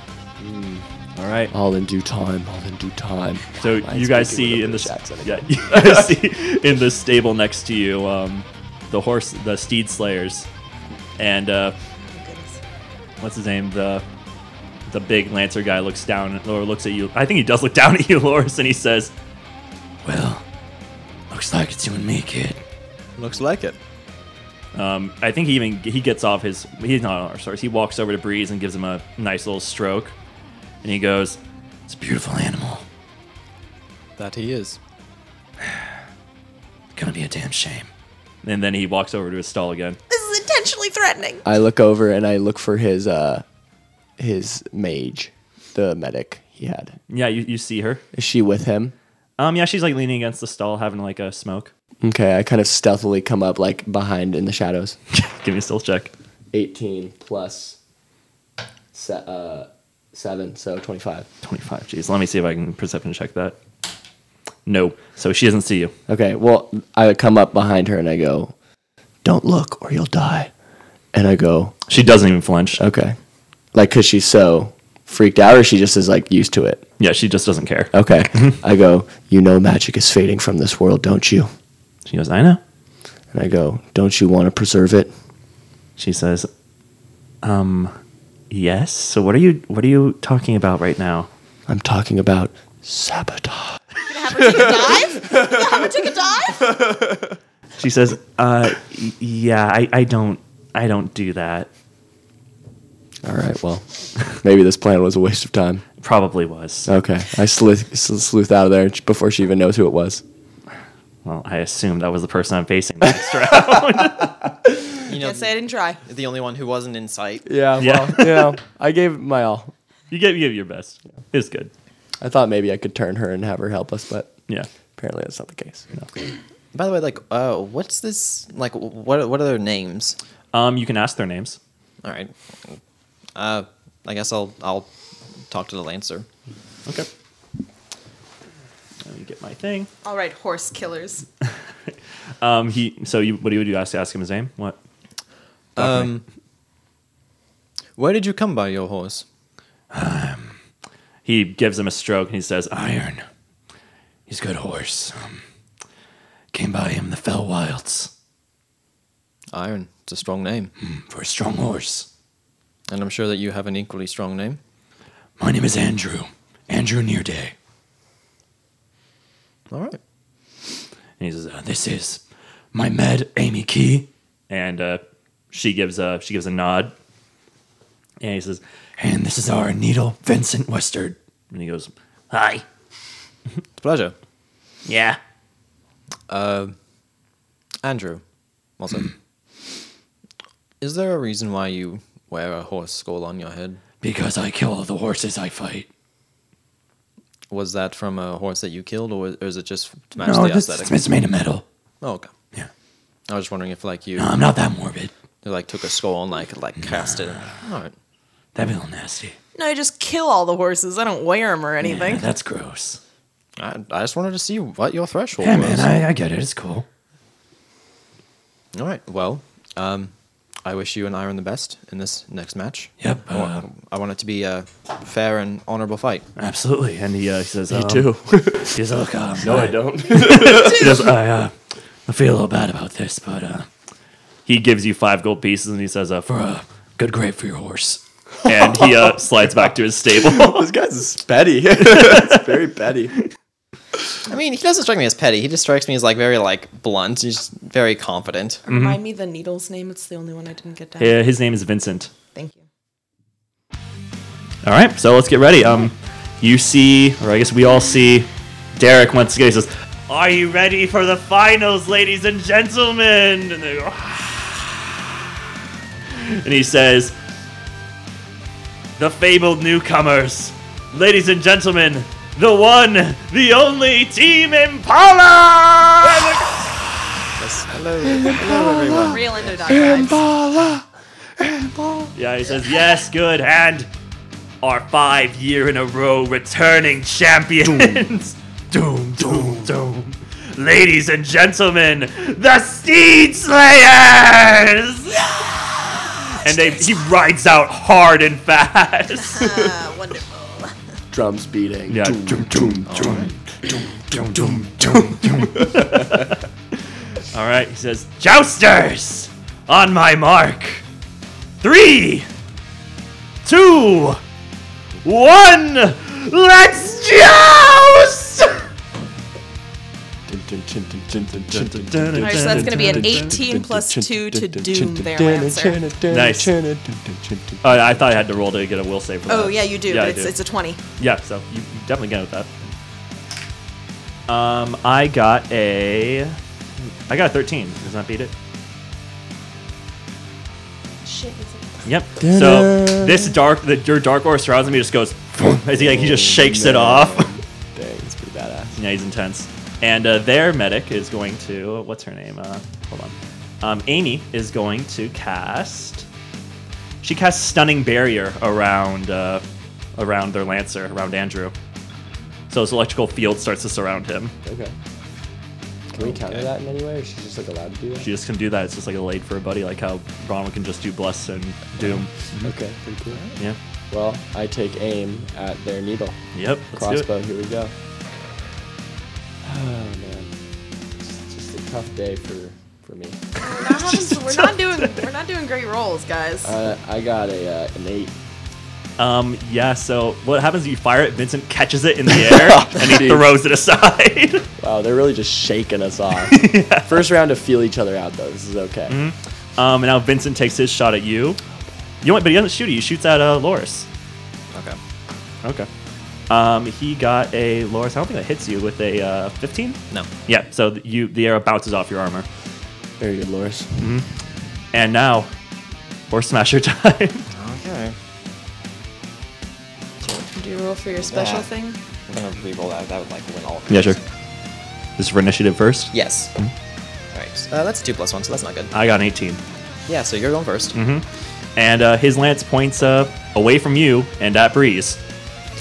S1: All right.
S4: all in due time. All in due time.
S1: So
S4: Mine's
S1: you guys
S4: speaking with
S1: see
S4: a
S1: in
S4: British
S1: this
S4: accent
S1: yeah,
S4: again.
S1: you guys see in the stable next to you, um, the horse, the steed slayers, and uh, what's his name? The the big lancer guy looks down or looks at you. I think he does look down at you, Loris, and he says, "Well, looks like it's you and me, kid."
S3: Looks like it.
S1: Um, I think he even he gets off his. He's not on our horse. He walks over to Breeze and gives him a nice little stroke, and he goes, "It's a beautiful animal.
S3: That he is.
S1: Gonna be a damn shame." And then he walks over to his stall again.
S2: This is intentionally threatening.
S4: I look over and I look for his uh, his mage, the medic he had.
S1: Yeah, you, you see her.
S4: Is she with him?
S1: Um, yeah, she's like leaning against the stall, having like a smoke.
S4: Okay, I kind of stealthily come up like behind in the shadows.
S1: Give me a stealth check.
S4: 18 plus se- uh, 7, so 25.
S1: Twenty-five. Jeez, let me see if I can perception check that. No. So she doesn't see you.
S4: Okay, well, I come up behind her and I go, Don't look or you'll die. And I go,
S1: She doesn't even flinch. Uh,
S4: Okay. Like, because she's so freaked out or she just is like used to it.
S1: Yeah, she just doesn't care.
S4: Okay. I go, You know magic is fading from this world, don't you?
S1: She goes, "I know."
S4: And I go, Don't you want to preserve it?
S1: She says, "Um, yes. So what are you what are you talking about right now?"
S4: I'm talking about sabotage.
S1: She says, "Uh, y- yeah, I, I don't I don't do that.
S4: All right, well, maybe this plan was a waste of time.
S1: Probably was.
S4: Okay. I sleuth, sl- sleuth out of there j- before she even knows who it was.
S1: Well, I assumed that was the person I'm facing next round.
S3: You know,
S2: Can't say I didn't try.
S3: the only one who wasn't in sight.
S4: Yeah,
S1: Yeah.
S4: well, you know, I gave it my all.
S1: you give you give your best. It's good.
S4: I thought maybe I could turn her and have her help us, but
S1: Yeah."
S4: apparently that's not the case.
S3: By the way, like, uh, what's this? Like, wh- what what are their names?
S1: Um, you can ask their names.
S3: All right. Uh, I guess I'll I'll talk to the lancer.
S1: Okay. Let me get my thing.
S2: All right, horse killers.
S1: Um, he. So you. What do you do? Ask, ask him his name. What?
S3: Um, where did you come by your horse?
S1: He gives him a stroke and he says, "Iron. He's a good horse. Um, came by him in the fell wilds
S3: Iron. It's a strong name,
S1: for a strong horse.
S3: and I'm sure that you have an equally strong name.
S1: My name is Andrew. Andrew Nearday.
S3: All right.
S1: And he says, uh, "This is my med, Amy Key." And uh, she gives a she gives a nod. And he says, "And this is our needle, Vincent Westard." And he goes, "Hi,
S3: It's a pleasure. Uh,
S1: yeah."
S3: Andrew, also, is there a reason why you wear a horse skull on your head?
S1: Because I kill all the horses I fight.
S3: Was that from a horse that you killed, or or is it just to match
S1: No,
S3: the
S1: it's,
S3: aesthetic?
S1: it's made of metal.
S3: oh, okay.
S1: Yeah.
S3: I was just wondering if like you,
S1: No, I'm not that morbid.
S3: you like took a skull and like like cast it. All right.
S1: That'd be a little nasty.
S2: No, I just kill all the horses. I don't wear them or anything.
S1: Yeah, that's gross.
S3: I, I just wanted to see what your threshold
S1: Yeah,
S3: was.
S1: man, I, I get it. It's cool.
S3: All right. Well, um, I wish you and Iron the best in this next match.
S1: Yep,
S4: Oh,
S3: I want, I want it to be a fair and honorable fight.
S1: Absolutely. And he, uh, he says, um,
S4: too.
S1: He says, look, um,
S4: No, I don't.
S1: he goes, I, uh, I feel a little bad about this, but uh, he gives you five gold pieces and he says, uh, for a good grade for your horse. And he uh, slides back to his stable.
S4: this guy's is petty. it's very petty.
S3: I mean, he doesn't strike me as petty. He just strikes me as like very like blunt. He's just very confident.
S1: Mm.
S2: Remind me the needle's name. It's the only one I didn't get down.
S1: Mm-hmm. yeah, his name is Vincent.
S2: Thank you.
S1: All right, so let's get ready. Um, you see, or I guess we all see, Derek once again. He says, "Are you ready for the finals, ladies and gentlemen?" And they go, "Ah." and he says, "The fabled newcomers, ladies and gentlemen, the one, the only Team Impala." And the-
S2: Real endo vibes.
S1: Yeah, he says, yes, good, and our five year in a row returning champions. Doom, doom, doom. Ladies and gentlemen, the Steed Slayers! And they, he rides out hard and fast.
S2: Ah, wonderful.
S4: Drums beating.
S1: Yeah. All right, he says, Jousters! On my mark! Three, two, one, let's joust!
S2: All right, so that's going to be an 18 plus 2 to doom their answer.
S1: Nice. Uh, I thought I had to roll to get a will save for that.
S2: Oh, yeah, you do,
S1: Yeah, I
S2: but it's,
S1: do.
S2: it's a 20.
S1: Yeah, so you, you definitely get it with that. Um, I got a, I got a thirteen. Does not beat it. Yep. So this dark, the, your dark aura surrounds him. He just goes, as he like he just shakes it off.
S4: Dang, it's pretty badass.
S1: yeah, he's intense. And uh, their medic is going to what's her name? Uh, hold on. Um, Amy is going to cast. She casts stunning barrier around uh, around their lancer, around Andrew. So his electrical field starts to surround him.
S4: Okay. Can we counter that in any way, or is she just like allowed to do that?
S1: Oh, She just can do that. It's just like a laid for a buddy, like how Bronwyn can just do bless and doom.
S4: Okay, pretty cool.
S1: Yeah.
S4: Well, I take aim at their needle.
S1: Yep. Let's do it.
S4: Crossbow, here we go. Oh man, it's just a tough day for for me.
S2: That happens- we're, not doing, we're not doing great rolls, guys.
S4: Uh, I got a uh, an eight.
S1: Um, yeah. So what happens? is You fire it. Vincent catches it in the air and he throws it aside.
S4: Wow, they're really just shaking us off. First round to feel each other out though. This is okay.
S1: Um, and now Vincent takes his shot at you. You want, but he doesn't shoot you. He shoots at uh, Loris.
S3: Okay.
S1: Okay. Um, he got a Loris. I don't think that hits you with a uh, 15.
S3: No.
S1: Yeah. So th- you the arrow bounces off your armor,
S4: Very good, Loris.
S1: and now horse smasher time.
S3: Okay.
S2: do you roll for your special
S3: Yeah.
S2: thing?
S3: I'm gonna re-roll that. That would like win all.
S1: yeah, sure. Mm. This is for initiative first.
S3: Yes. All right. Uh, that's two plus one, so that's not good.
S1: I got an 18,
S3: Yeah. So you're going 1st
S1: Mm-hmm. and uh, his lance points uh, away from you and at Breeze.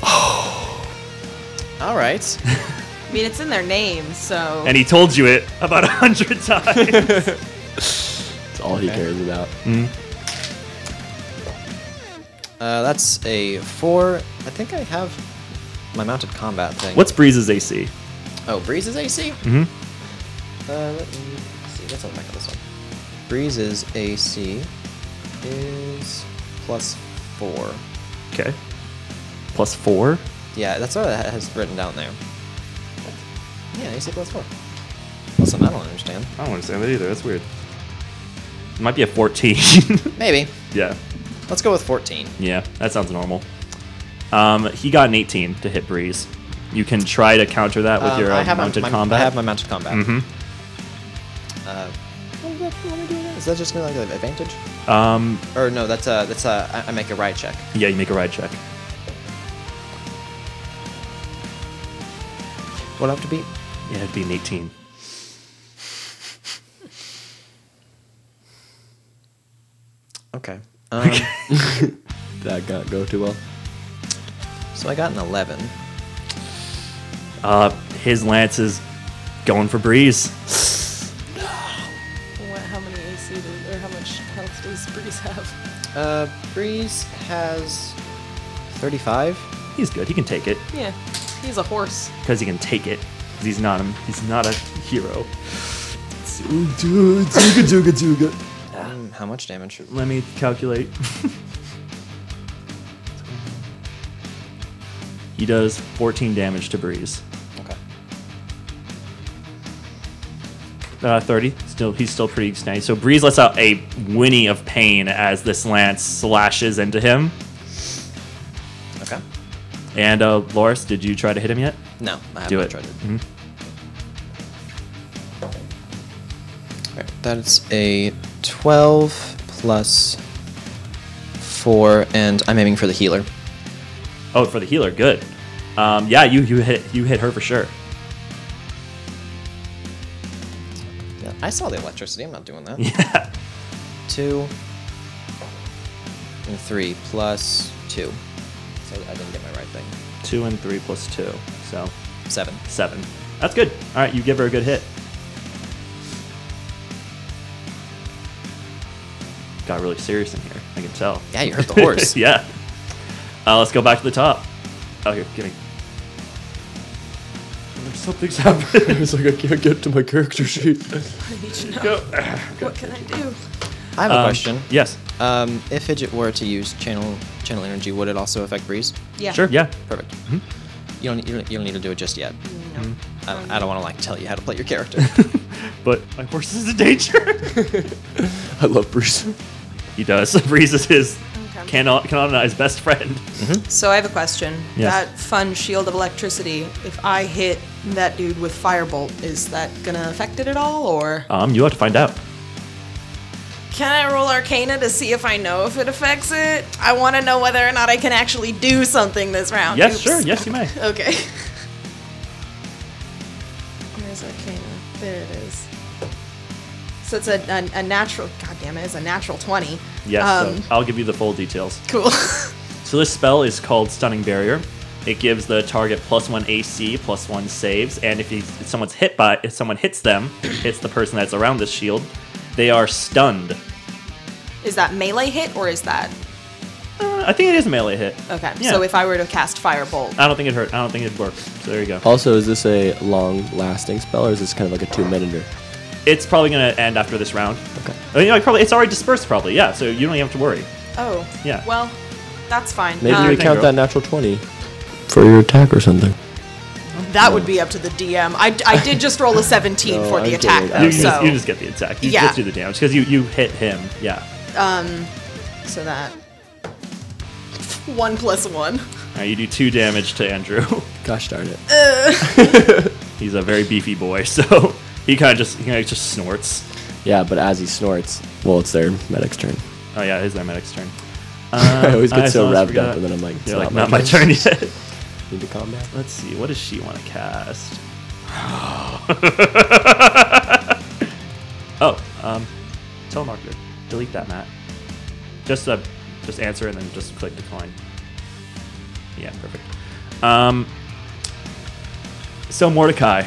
S3: All right.
S2: I mean, it's in their name, so.
S1: And he told you it about a hundred times.
S4: It's all he cares about.
S3: Uh, that's a four. I think I have my mounted combat thing.
S1: What's Breeze's AC?
S3: Oh, Breeze is AC? Mm-hmm.
S1: Mm-hmm.
S3: Uh, let me see. That's on the back of this one. Breeze's AC is plus four.
S1: Okay. Plus four.
S3: Yeah, that's what it has written down there. Yeah, AC plus four. Plus something I don't understand.
S1: I don't understand that either. That's weird. It might be a 14.
S3: Maybe.
S1: yeah.
S3: Let's go with 14.
S1: Yeah, that sounds normal. Um, he got an 18 to hit Breeze. You can try to counter that with
S3: Um,
S1: your
S3: I
S1: uh,
S3: have my-
S1: mounted
S3: my,
S1: combat. Mm-hmm.
S3: I have my mounted combat. Uh, what do I- what am I doing now? Is that just gonna like an advantage?
S1: um,
S3: Or no, that's a that's a I, I make a ride check.
S1: yeah, you make a ride check.
S3: What I have to beat?
S1: Yeah, it'd be an 18.
S3: Okay. Um,
S4: That got go too well.
S3: so I got an 11.
S1: Uh, his lance is going for Breeze.
S10: What, how many AC does, or how much health does Breeze have?
S3: Uh, Breeze has 35.
S1: He's good. He can take it
S10: Yeah, he's a horse.
S1: because he can take it. 'Cause He's not a he's not a hero. Zuga, zuga, zuga, zuga.
S3: Um, how much damage?
S1: Let me calculate. he does 14 damage to Breeze.
S3: Okay.
S1: Uh, 30. Still, he's still pretty snaky. So Breeze lets out a whinny of pain as this lance slashes into him.
S3: Okay.
S1: And uh, Loris, did you try to hit him yet?
S3: No, I have
S1: Do
S3: not
S1: it. Mm-hmm.
S3: tried it. Alright, that is a 12 plus 4, and I'm aiming for the healer.
S1: Oh, for the healer, good. Um, yeah, you you hit you hit her for sure.
S3: Yeah, I saw the electricity. I'm not doing that.
S1: Yeah.
S3: Two and three plus two. So I didn't get my right thing.
S1: Two and three plus two, so
S3: Seven.
S1: seven. That's good. All right, you give her a good hit. Got really serious in here. I can tell.
S3: Yeah, you hurt the horse.
S1: yeah. Uh, let's go back to the top. Oh, here, give me. Something's happening.
S4: I was like, I can't get to my character sheet.
S10: I need to know.
S1: Go.
S10: What can I do?
S3: I have a question.
S1: Um, Yes.
S3: Um, if Fidget were to use channel channel energy, would it also affect Breeze?
S2: Yeah.
S1: Sure. Yeah.
S3: Perfect.
S1: Mm-hmm.
S3: You don't you don't, you don't need to do it just yet.
S2: No.
S3: I, I don't want to like tell you how to play your character.
S1: But my horse is in danger.
S4: I love Bruce.
S1: he does. Breeze is his
S2: Okay.
S1: canon- canonized best friend.
S2: So I have a question.
S1: Yes.
S2: That fun shield of electricity, if I hit that dude with firebolt, is that gonna affect it at all or
S1: Um, you have to find out.
S2: can I roll arcana to see if I know if it affects it? I want to know whether or not I can actually do something this round.
S1: Yes,
S2: Oops.
S1: sure. Yes, you may.
S2: Okay.
S10: Where's Arcana? There it is.
S2: So it's a, a, a natural God damn it, it's a natural 20.
S1: Yes,
S2: Um,
S1: so I'll give you the full details.
S2: cool.
S1: So this spell is called Stunning Barrier. It gives the target plus one AC, plus one saves, and if, he, if someone's hit by, if someone hits them, hits the person that's around this shield, they are stunned.
S2: is that melee hit or is that
S1: Uh, I think it is a melee hit.
S2: Okay.
S1: Yeah.
S2: So if I were to cast firebolt.
S1: I don't think it hurt. I don't think it worked. So there you go.
S4: Also, is this a long-lasting spell, or is this kind of like a two-minuter?
S1: It's probably gonna end after this round.
S4: Okay.
S1: I mean, like, probably it's already dispersed. Probably yeah. So you don't even have to worry.
S2: Oh.
S1: Yeah.
S2: Well, that's fine.
S4: Maybe
S2: Um,
S4: we
S1: thank you.
S4: count that natural twenty for your attack or something.
S2: That would be up to the DM. I, I did just roll a 17
S4: No,
S2: for the
S4: I'm
S2: attack,
S4: kidding.
S2: though,
S4: I'm
S1: You,
S4: Okay.
S2: Oh, so,
S1: just, you just get the attack. You
S2: Yeah.
S1: just do the damage because you you hit him. Yeah.
S2: so that. 1 plus 1.
S1: All right, you do two damage to Andrew.
S4: Gosh darn it!
S1: He's a very beefy boy, so he kind of just he kinda just snorts.
S4: Yeah, but as he snorts, well, it's their medic's turn.
S1: Oh yeah, it is their medic's turn.
S4: I always get
S1: Uh, I
S4: so
S1: almost
S4: revved
S1: forgot.
S4: up, and then I'm like, it's
S1: They're like, not my turn yet.
S4: Need to calm down.
S1: Let's see, what does she want to cast? oh, um, telemarketer. Delete that, Matt. Just uh, just answer and then just click decline. Yeah, perfect. Um, so Mordecai,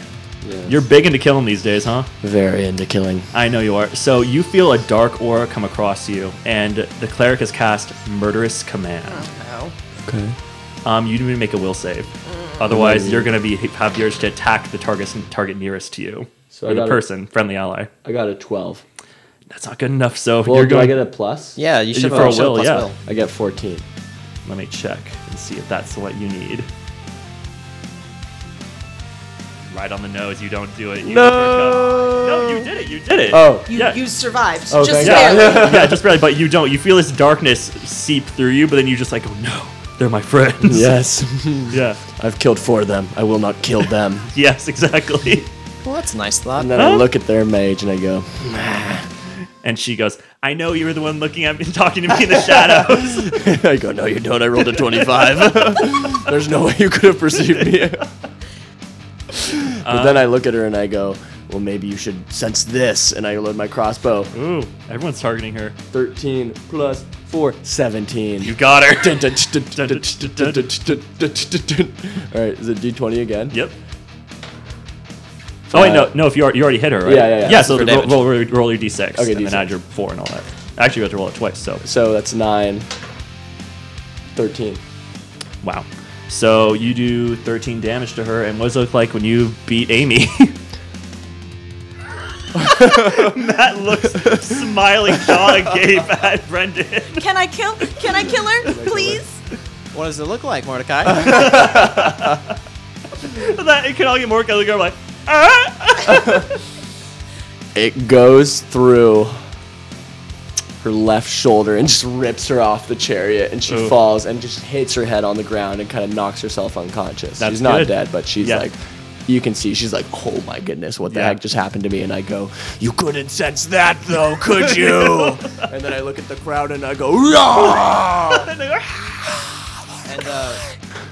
S4: Yes.
S1: you're big into killing these days, huh?
S4: very into killing.
S1: I know you are. So you feel a dark aura come across you, and the cleric has cast Murderous Command.
S2: No.
S4: Okay.
S1: Um, you need to make a will save.
S4: Mm.
S1: Otherwise, you're going to be have the urge to attack the target target nearest to you.
S4: So
S1: or
S4: I
S1: the
S4: gotta-
S1: person, friendly ally.
S4: I got a twelve.
S1: That's not good enough. So
S4: Well,
S1: you're
S4: do I
S1: going.
S4: get a plus?
S3: yeah, you should
S1: for
S3: have
S1: a
S3: should have
S1: will,
S3: plus
S1: yeah.
S3: will.
S4: I get fourteen.
S1: Let me check and see if that's what you need. Right on the nose. You don't do it. You no. No, you You did it. You did it.
S4: Oh.
S2: You,
S1: Yeah.
S2: you survived.
S4: Oh,
S2: just
S4: thank
S1: yeah,
S4: God.
S2: barely.
S1: yeah, just barely. But you don't. You feel this darkness seep through you, but then you just like, oh no, they're my friends.
S4: Yes.
S1: yeah.
S4: I've killed four of them. I will not kill them.
S1: Yes, exactly.
S3: Well, that's a nice thought.
S4: And then I look at their mage and I go,
S1: And she goes, I know you were the one looking at me and talking to me in the shadows.
S4: I go, no, you don't. I rolled a 25. There's no way you could have perceived me. but then I look at her and I go, well, maybe you should sense this. And I load my crossbow.
S1: Ooh, everyone's targeting her.
S4: 13 plus 4, 17.
S1: You got her.
S4: Dun, dun, dun, dun, dun, dun, dun, dun, dun, dun, dun, dun. All right, is it D20 again?
S1: Yep. Oh wait, no,
S4: Uh,
S1: no. If you are, you already hit her, right?
S4: Yeah, yeah, yeah.
S1: so
S3: For
S1: roll,
S3: damage.
S1: roll, roll, roll your d6,
S4: Okay,
S1: and then
S4: D6.
S1: add your four and all that. Actually, you have to roll it twice. So
S4: So that's 9, 13.
S1: wow. So you do 13 damage to her, and what does it look like when you beat Amy? Matt looks smiling jaw agape at Brendan.
S2: Can I kill? Can I kill her, please?
S3: What does it look like, Mordecai?
S1: that it could all get more color. I'm like, ah!
S4: It goes through her left shoulder and just rips her off the chariot, and she
S1: Ooh.
S4: falls and just hits her head on the ground and kind of knocks herself unconscious.
S1: That's
S4: she's not
S1: good.
S4: dead, but she's
S1: Yeah.
S4: like, you can see she's like, oh my goodness, what the
S1: Yeah.
S4: heck just happened to me? And I go, you couldn't sense that though, could you? and then I look at the crowd and I go, "Rah!"
S3: and uh,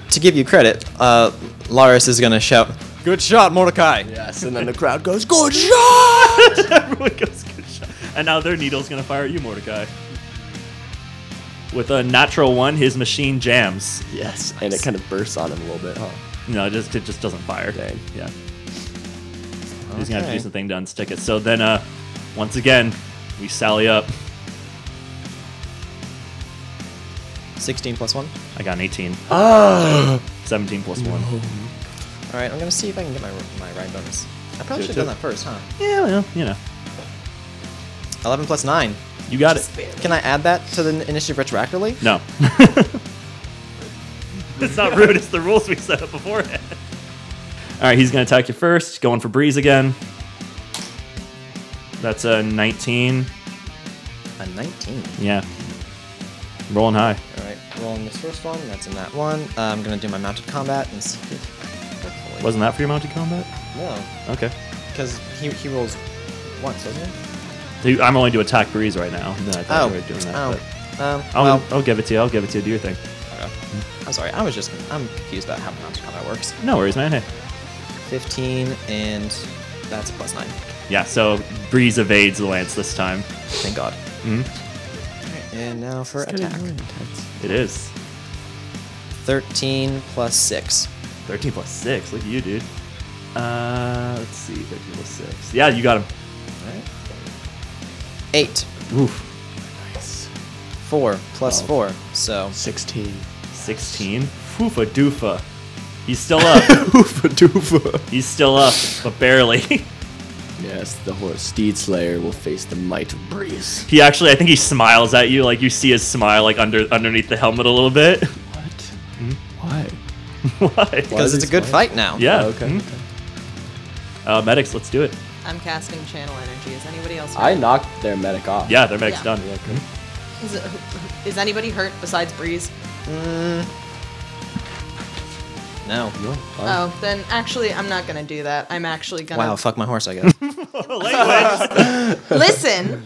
S3: to give you credit, uh, Laris is gonna shout, "Good shot, Mordecai!"
S4: yes, and then the crowd goes, good shot!
S1: Everyone goes good shot. And now their needle's gonna fire at you, Mordecai. With a natural one, his machine jams.
S4: Yes, and it kind of bursts on him a little bit, huh?
S1: No, it just it just doesn't fire.
S4: Dang.
S1: Yeah. He's gonna have to do
S3: Okay.
S1: something to unstick it. So then uh once again, we sally up.
S3: Sixteen plus one.
S1: I got an 18.
S4: Ah!
S1: 17 plus 1.
S3: All right, I'm gonna see if I can get my my ride bonus. I probably
S1: Do it,
S3: should
S1: do it.
S3: have done that first, huh?
S1: Yeah, well, you know.
S3: Eleven plus nine.
S1: You got it.
S3: Can I add that to the initiative retroactively?
S1: No. it's not rude, it's the rules we set up beforehand. Alright, he's gonna attack you first, going for breeze again. That's a 19.
S3: A nineteen.
S1: Yeah. Rolling high.
S3: All right, rolling this first one. That's in that one. Uh, I'm gonna do my mounted combat and see if hopefully.
S1: Wasn't that for your mounted combat?
S3: no,
S1: Okay.
S3: because he he rolls once, doesn't he?
S1: So you- I'm only to attack breeze right now. No, I thought
S3: Oh,
S1: we were doing that.
S3: oh.
S1: but-
S3: Um,
S1: I'll,
S3: well,
S1: I'll give it to you. I'll give it to you. Do your thing.
S3: I'm sorry. I was just I'm confused about how mounted combat works.
S1: No worries, man. Hey.
S3: 15 and that's a plus 9
S1: Yeah, so Breeze evades the Lance this time.
S3: thank god
S1: Mm-hmm.
S3: and now for attack
S1: It is.
S3: 13 plus 6
S1: 13 plus 6. Look at you, dude. Uh, let's see. 13 plus 6. Yeah, you got him.
S3: 8
S1: Oof.
S3: 4
S1: Oh.
S3: plus 4 so
S4: 16.
S1: 16. Foofa doofa. He's still up. He's still up, but barely.
S4: Yes, the horse Steed Slayer will face the might of Breeze.
S1: he actually, I think he smiles at you. Like, you see his smile, like, under underneath the helmet a little bit.
S4: What?
S1: Hmm?
S4: Why?
S1: what?
S3: because it's a good fight now
S1: Yeah.
S4: Oh, okay.
S1: mhm.
S4: okay.
S1: Uh, medics, let's do it.
S2: I'm casting channel energy. Is anybody else?
S4: I
S2: hurt?
S4: knocked their medic off.
S1: Yeah, their medic's
S2: Yeah.
S1: done.
S2: Is, it- is anybody hurt besides Breeze?
S3: no
S2: Oh, then actually, I'm not gonna do that. I'm actually gonna
S3: wow fuck my horse i guess
S1: Oh,
S2: listen.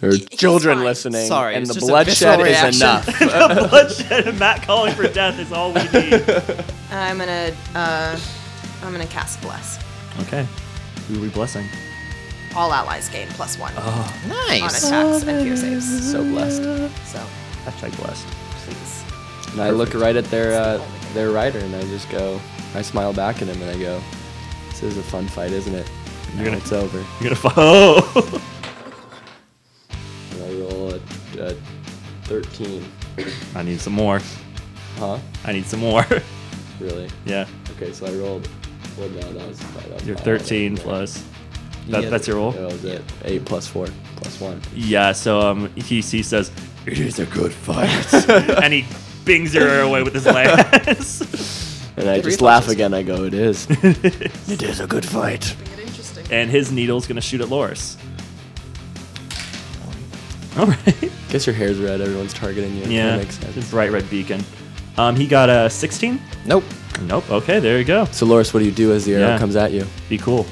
S4: There are children
S2: fine.
S4: listening.
S3: Sorry,
S4: and
S3: it's
S4: the
S3: just a
S4: bloodshed
S3: visceral
S4: is
S3: reaction.
S4: enough.
S1: Bloodshed and Matt calling for death is all we need.
S2: I'm gonna uh, I'm gonna cast bless.
S1: Okay. Who are we blessing?
S2: All allies gain plus one
S3: Oh.
S2: on
S3: nice
S2: attacks and fear saves.
S4: so blessed.
S2: So
S1: Hashtag blessed.
S2: please.
S4: And I look right at their uh, their rider and I just go, I smile back at him and I go, this is a fun fight, isn't it?
S1: You're
S4: Now
S1: gonna-
S4: it's over.
S1: You're gonna Oh. follow.
S4: And I roll a, a 13.
S1: I need some more.
S4: Huh?
S1: I need some more.
S4: Really?
S1: yeah.
S4: Okay, so I rolled. Well, no, that was five. that was
S1: You're
S4: five.
S1: 13
S4: Yeah.
S1: plus.
S3: You
S1: That,
S3: get-
S1: that's your
S4: That
S1: roll.
S4: was it. 8 plus 4 plus 1.
S1: Yeah. So um, he he says it is a good fight, and he bings her away with his lance.
S4: And I
S3: Good
S4: just laugh
S3: reflexes.
S4: again. I go, it is. it is a good fight.
S2: Interesting.
S1: and his needle's gonna shoot at Loris. All right.
S4: Guess your hair's red. Everyone's targeting you.
S1: Yeah.
S4: That makes sense.
S1: Bright red beacon. Um, he got a 16.
S3: Nope.
S1: Nope. Okay, there you go.
S4: So, Loris, what do you do as the arrow
S1: Yeah.
S4: comes at you?
S1: Be cool.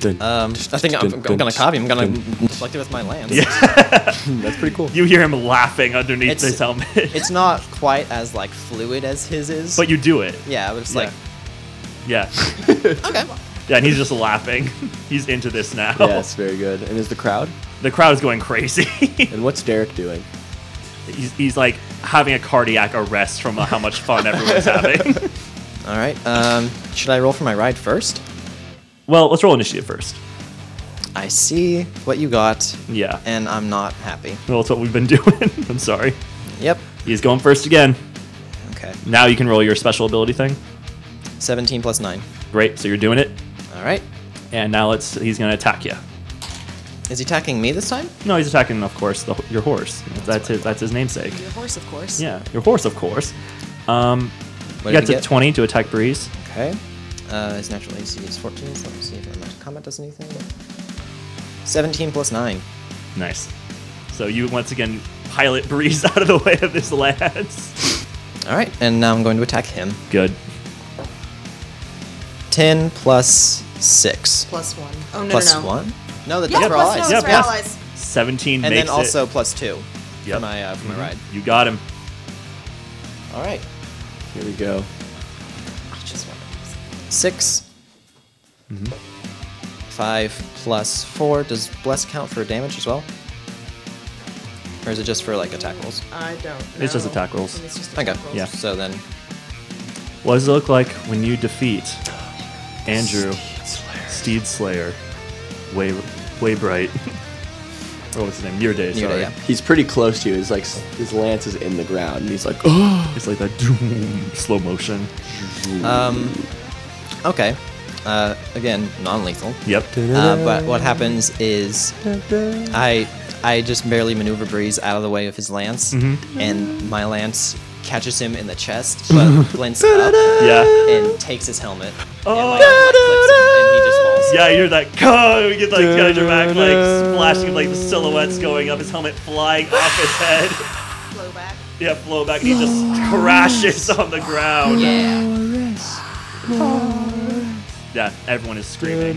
S4: Dun.
S3: Um, I think I'm, I'm gonna copy. I'm gonna deflect it with my lance.
S4: That's pretty cool.
S1: You hear him laughing underneath
S3: It's-
S1: his helmet,
S3: It's not quite as like fluid as his is.
S1: but you do it.
S3: yeah, but it's
S1: Yeah.
S3: like
S1: Yeah.
S3: okay.
S1: Yeah, and he's just laughing. He's into this now.
S4: Yes, very good. And is the crowd?
S1: The crowd is going crazy.
S4: And what's Derek doing?
S1: he's, he's like having a cardiac arrest from how much fun everyone's having.
S3: All right. Um, should I roll for my ride first?
S1: well, let's roll initiative first.
S3: I see what you got,
S1: Yeah.
S3: and I'm not happy.
S1: well, that's what we've been doing. I'm sorry.
S3: Yep.
S1: He's going first again.
S3: Okay.
S1: Now you can roll your special ability thing.
S3: 17 plus nine.
S1: Great. So you're doing it.
S3: All right.
S1: And now let's he's going to attack you.
S3: Is he attacking me this time?
S1: No, he's attacking, of course, the, your horse. That's his, that's his namesake.
S2: Your horse, of course.
S1: Yeah, your horse, of course. Um,
S3: What
S1: you
S3: did
S1: got to
S3: he get?
S1: 20 to attack Breeze.
S3: Okay. Uh, his natural AC is 14, so let's see if my combat does anything. 17 plus 9.
S1: Nice. So you once again pilot Breeze out of the way of this lance.
S3: Alright, and now I'm going to attack him.
S1: Good.
S3: 10 plus 6.
S2: Plus one. Oh, no,
S3: Plus
S2: no, no.
S3: 1? No, that's
S2: Yeah,
S3: for
S2: plus
S3: all eyes.
S2: one.
S1: Yeah,
S2: Those are
S1: plus-
S2: allies.
S1: 17
S3: And
S1: makes
S3: then also
S1: it.
S3: plus 2
S1: Yep. Mm-hmm.
S3: for my, uh, for my ride.
S1: You got him.
S3: Alright.
S4: Here we go.
S3: Just one. 6.
S1: Mm-hmm.
S3: 5 plus 4. Does Bless count for damage as well? Or is it just for like attack rolls?
S11: I don't. Know.
S1: It's just attack rolls.
S11: It's just
S3: Okay.
S11: attack rolls.
S1: Yeah.
S3: So then
S1: What does it look like when you defeat Andrew Steed Slayer, Way Waybright? or what's his name? Your day.
S3: Your
S1: sorry.
S3: Day, yeah.
S4: He's pretty close to you. He's like, s- his lance is in the ground. And he's like, oh.
S1: It's like that doom, slow motion.
S3: Um, okay. Uh, again, non-lethal.
S1: Yep.
S3: Uh, but what happens is I I just barely maneuver Breeze out of the way of his lance,
S1: Mm-hmm.
S3: and my lance catches him in the chest, but glints up
S1: Yeah.
S3: and takes his helmet. And, like, flips him, and he just falls.
S1: Yeah, you hear that? "Caw!" You get like kind of dramatic, like splashing, like the silhouettes going up, his helmet flying off his head.
S2: Blow back.
S1: Yeah, flow back, and he just crashes on the ground.
S2: Yeah.
S1: Yeah, everyone is screaming.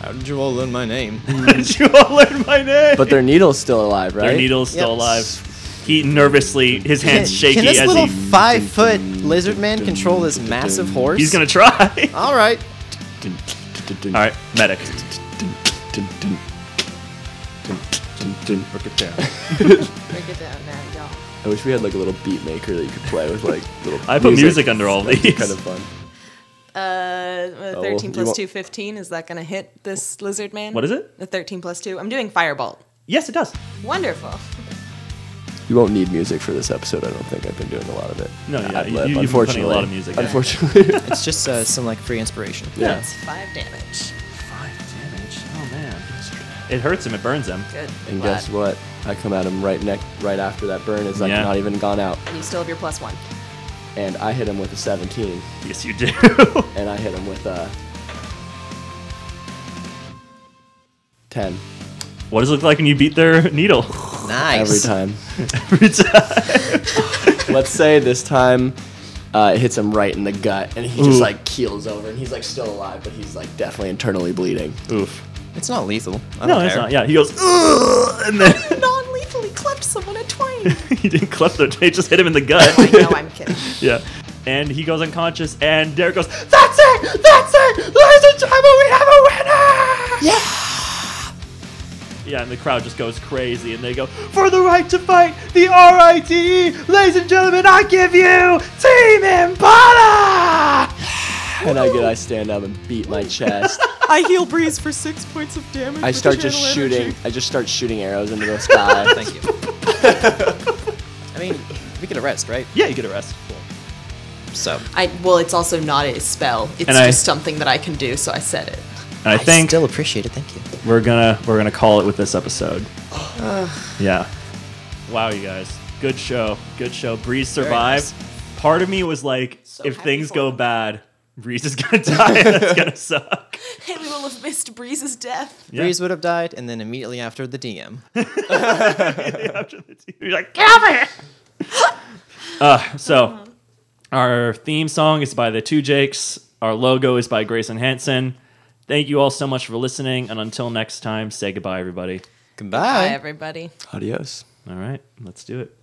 S3: How did you all learn my name?
S1: Did you all learn my name?
S4: But their needle's still alive, right?
S1: Their needle's still
S3: Yep.
S1: alive. He nervously, his hands shaky
S3: Can this
S1: as
S3: little
S1: he.
S3: five-foot lizard man control this massive horse?
S1: he's gonna try. all
S3: All right.
S1: right, medic.
S11: Break it down now, y'all.
S4: I wish we had like a little beat maker that you could play with like little.
S1: I put music under all
S4: That'd be
S1: these.
S4: Kind of fun.
S2: Uh,
S4: well,
S2: 13
S4: you
S2: plus
S4: want-
S2: 2, 15. Is that going to hit this lizard man?
S1: What is it?
S2: The 13 plus 2. I'm doing Firebolt.
S1: Yes, it does.
S2: Wonderful.
S4: You won't need music for this episode. I don't think I've been doing a lot of it.
S1: No, yeah,
S4: Ad
S1: you-
S4: lib,
S1: you've been putting
S4: unfortunately,
S1: a lot of music in.
S4: Unfortunately,
S3: It's just uh, some like free inspiration.
S4: yeah.
S2: That's 5 damage.
S1: Five damage. Oh man, it hurts him. It burns him.
S2: Good.
S4: And
S2: Glad.
S4: guess what? I come at him right next, right after that burn is like
S1: Yeah.
S4: not even gone out,
S2: And you still have your plus 1.
S4: and I hit him with a 17,
S1: Yes, you do.
S4: and I hit him with a 10
S1: what does it look like when you beat their needle?
S3: Nice.
S4: every time.
S1: Every time.
S4: Let's say this time uh, it hits him right in the gut, and he
S1: Ooh.
S4: just like keels over, and he's like still alive, but he's like definitely internally bleeding.
S1: Oof.
S3: It's not lethal. I
S1: No,
S3: don't
S1: it's
S3: care.
S1: not. Yeah, he goes. Ugh, and then
S2: Non lethally clutched someone at twain.
S1: he didn't clip the. He just hit him in the gut.
S2: I know I'm kidding.
S1: Yeah. And he goes unconscious, and Derek goes, That's it! That's it! Ladies and gentlemen, we have a winner! Yeah! Yeah, and the crowd just goes crazy, and they go, For the right to fight, the RITE! E, Ladies and gentlemen, I give you Team Impala!
S4: And I get, I stand up and beat my chest.
S2: I heal Breeze for 6 points of damage.
S4: I
S2: with
S4: start just
S2: channel
S4: shooting.
S2: energy.
S4: I just start shooting arrows into the sky.
S3: Thank you. I mean, we could arrest, right?
S1: Yeah, you get arrested.
S3: So
S2: I, well, it's also not a spell. It's
S1: And I-
S2: just something that I can do, so I said it.
S1: And I think
S3: still appreciate it. Thank you.
S1: we're gonna we're gonna call it with this episode. yeah. Wow, you guys. Good show. Good show. Breeze survived. Part of me was like, if things go bad, Breeze is gonna die. That's gonna suck.
S2: and we will have missed Breeze's death.
S1: Yeah.
S3: Breeze would have died, and then immediately after the DM.
S1: after the team. You're like, get over here. uh, so, our theme song is by the Two Jakes. Our logo is by Grayson Hanson. Thank you all so much for listening, and until next time, say goodbye, everybody.
S3: Goodbye.
S2: everybody.
S4: Adios.
S1: All right, let's do it.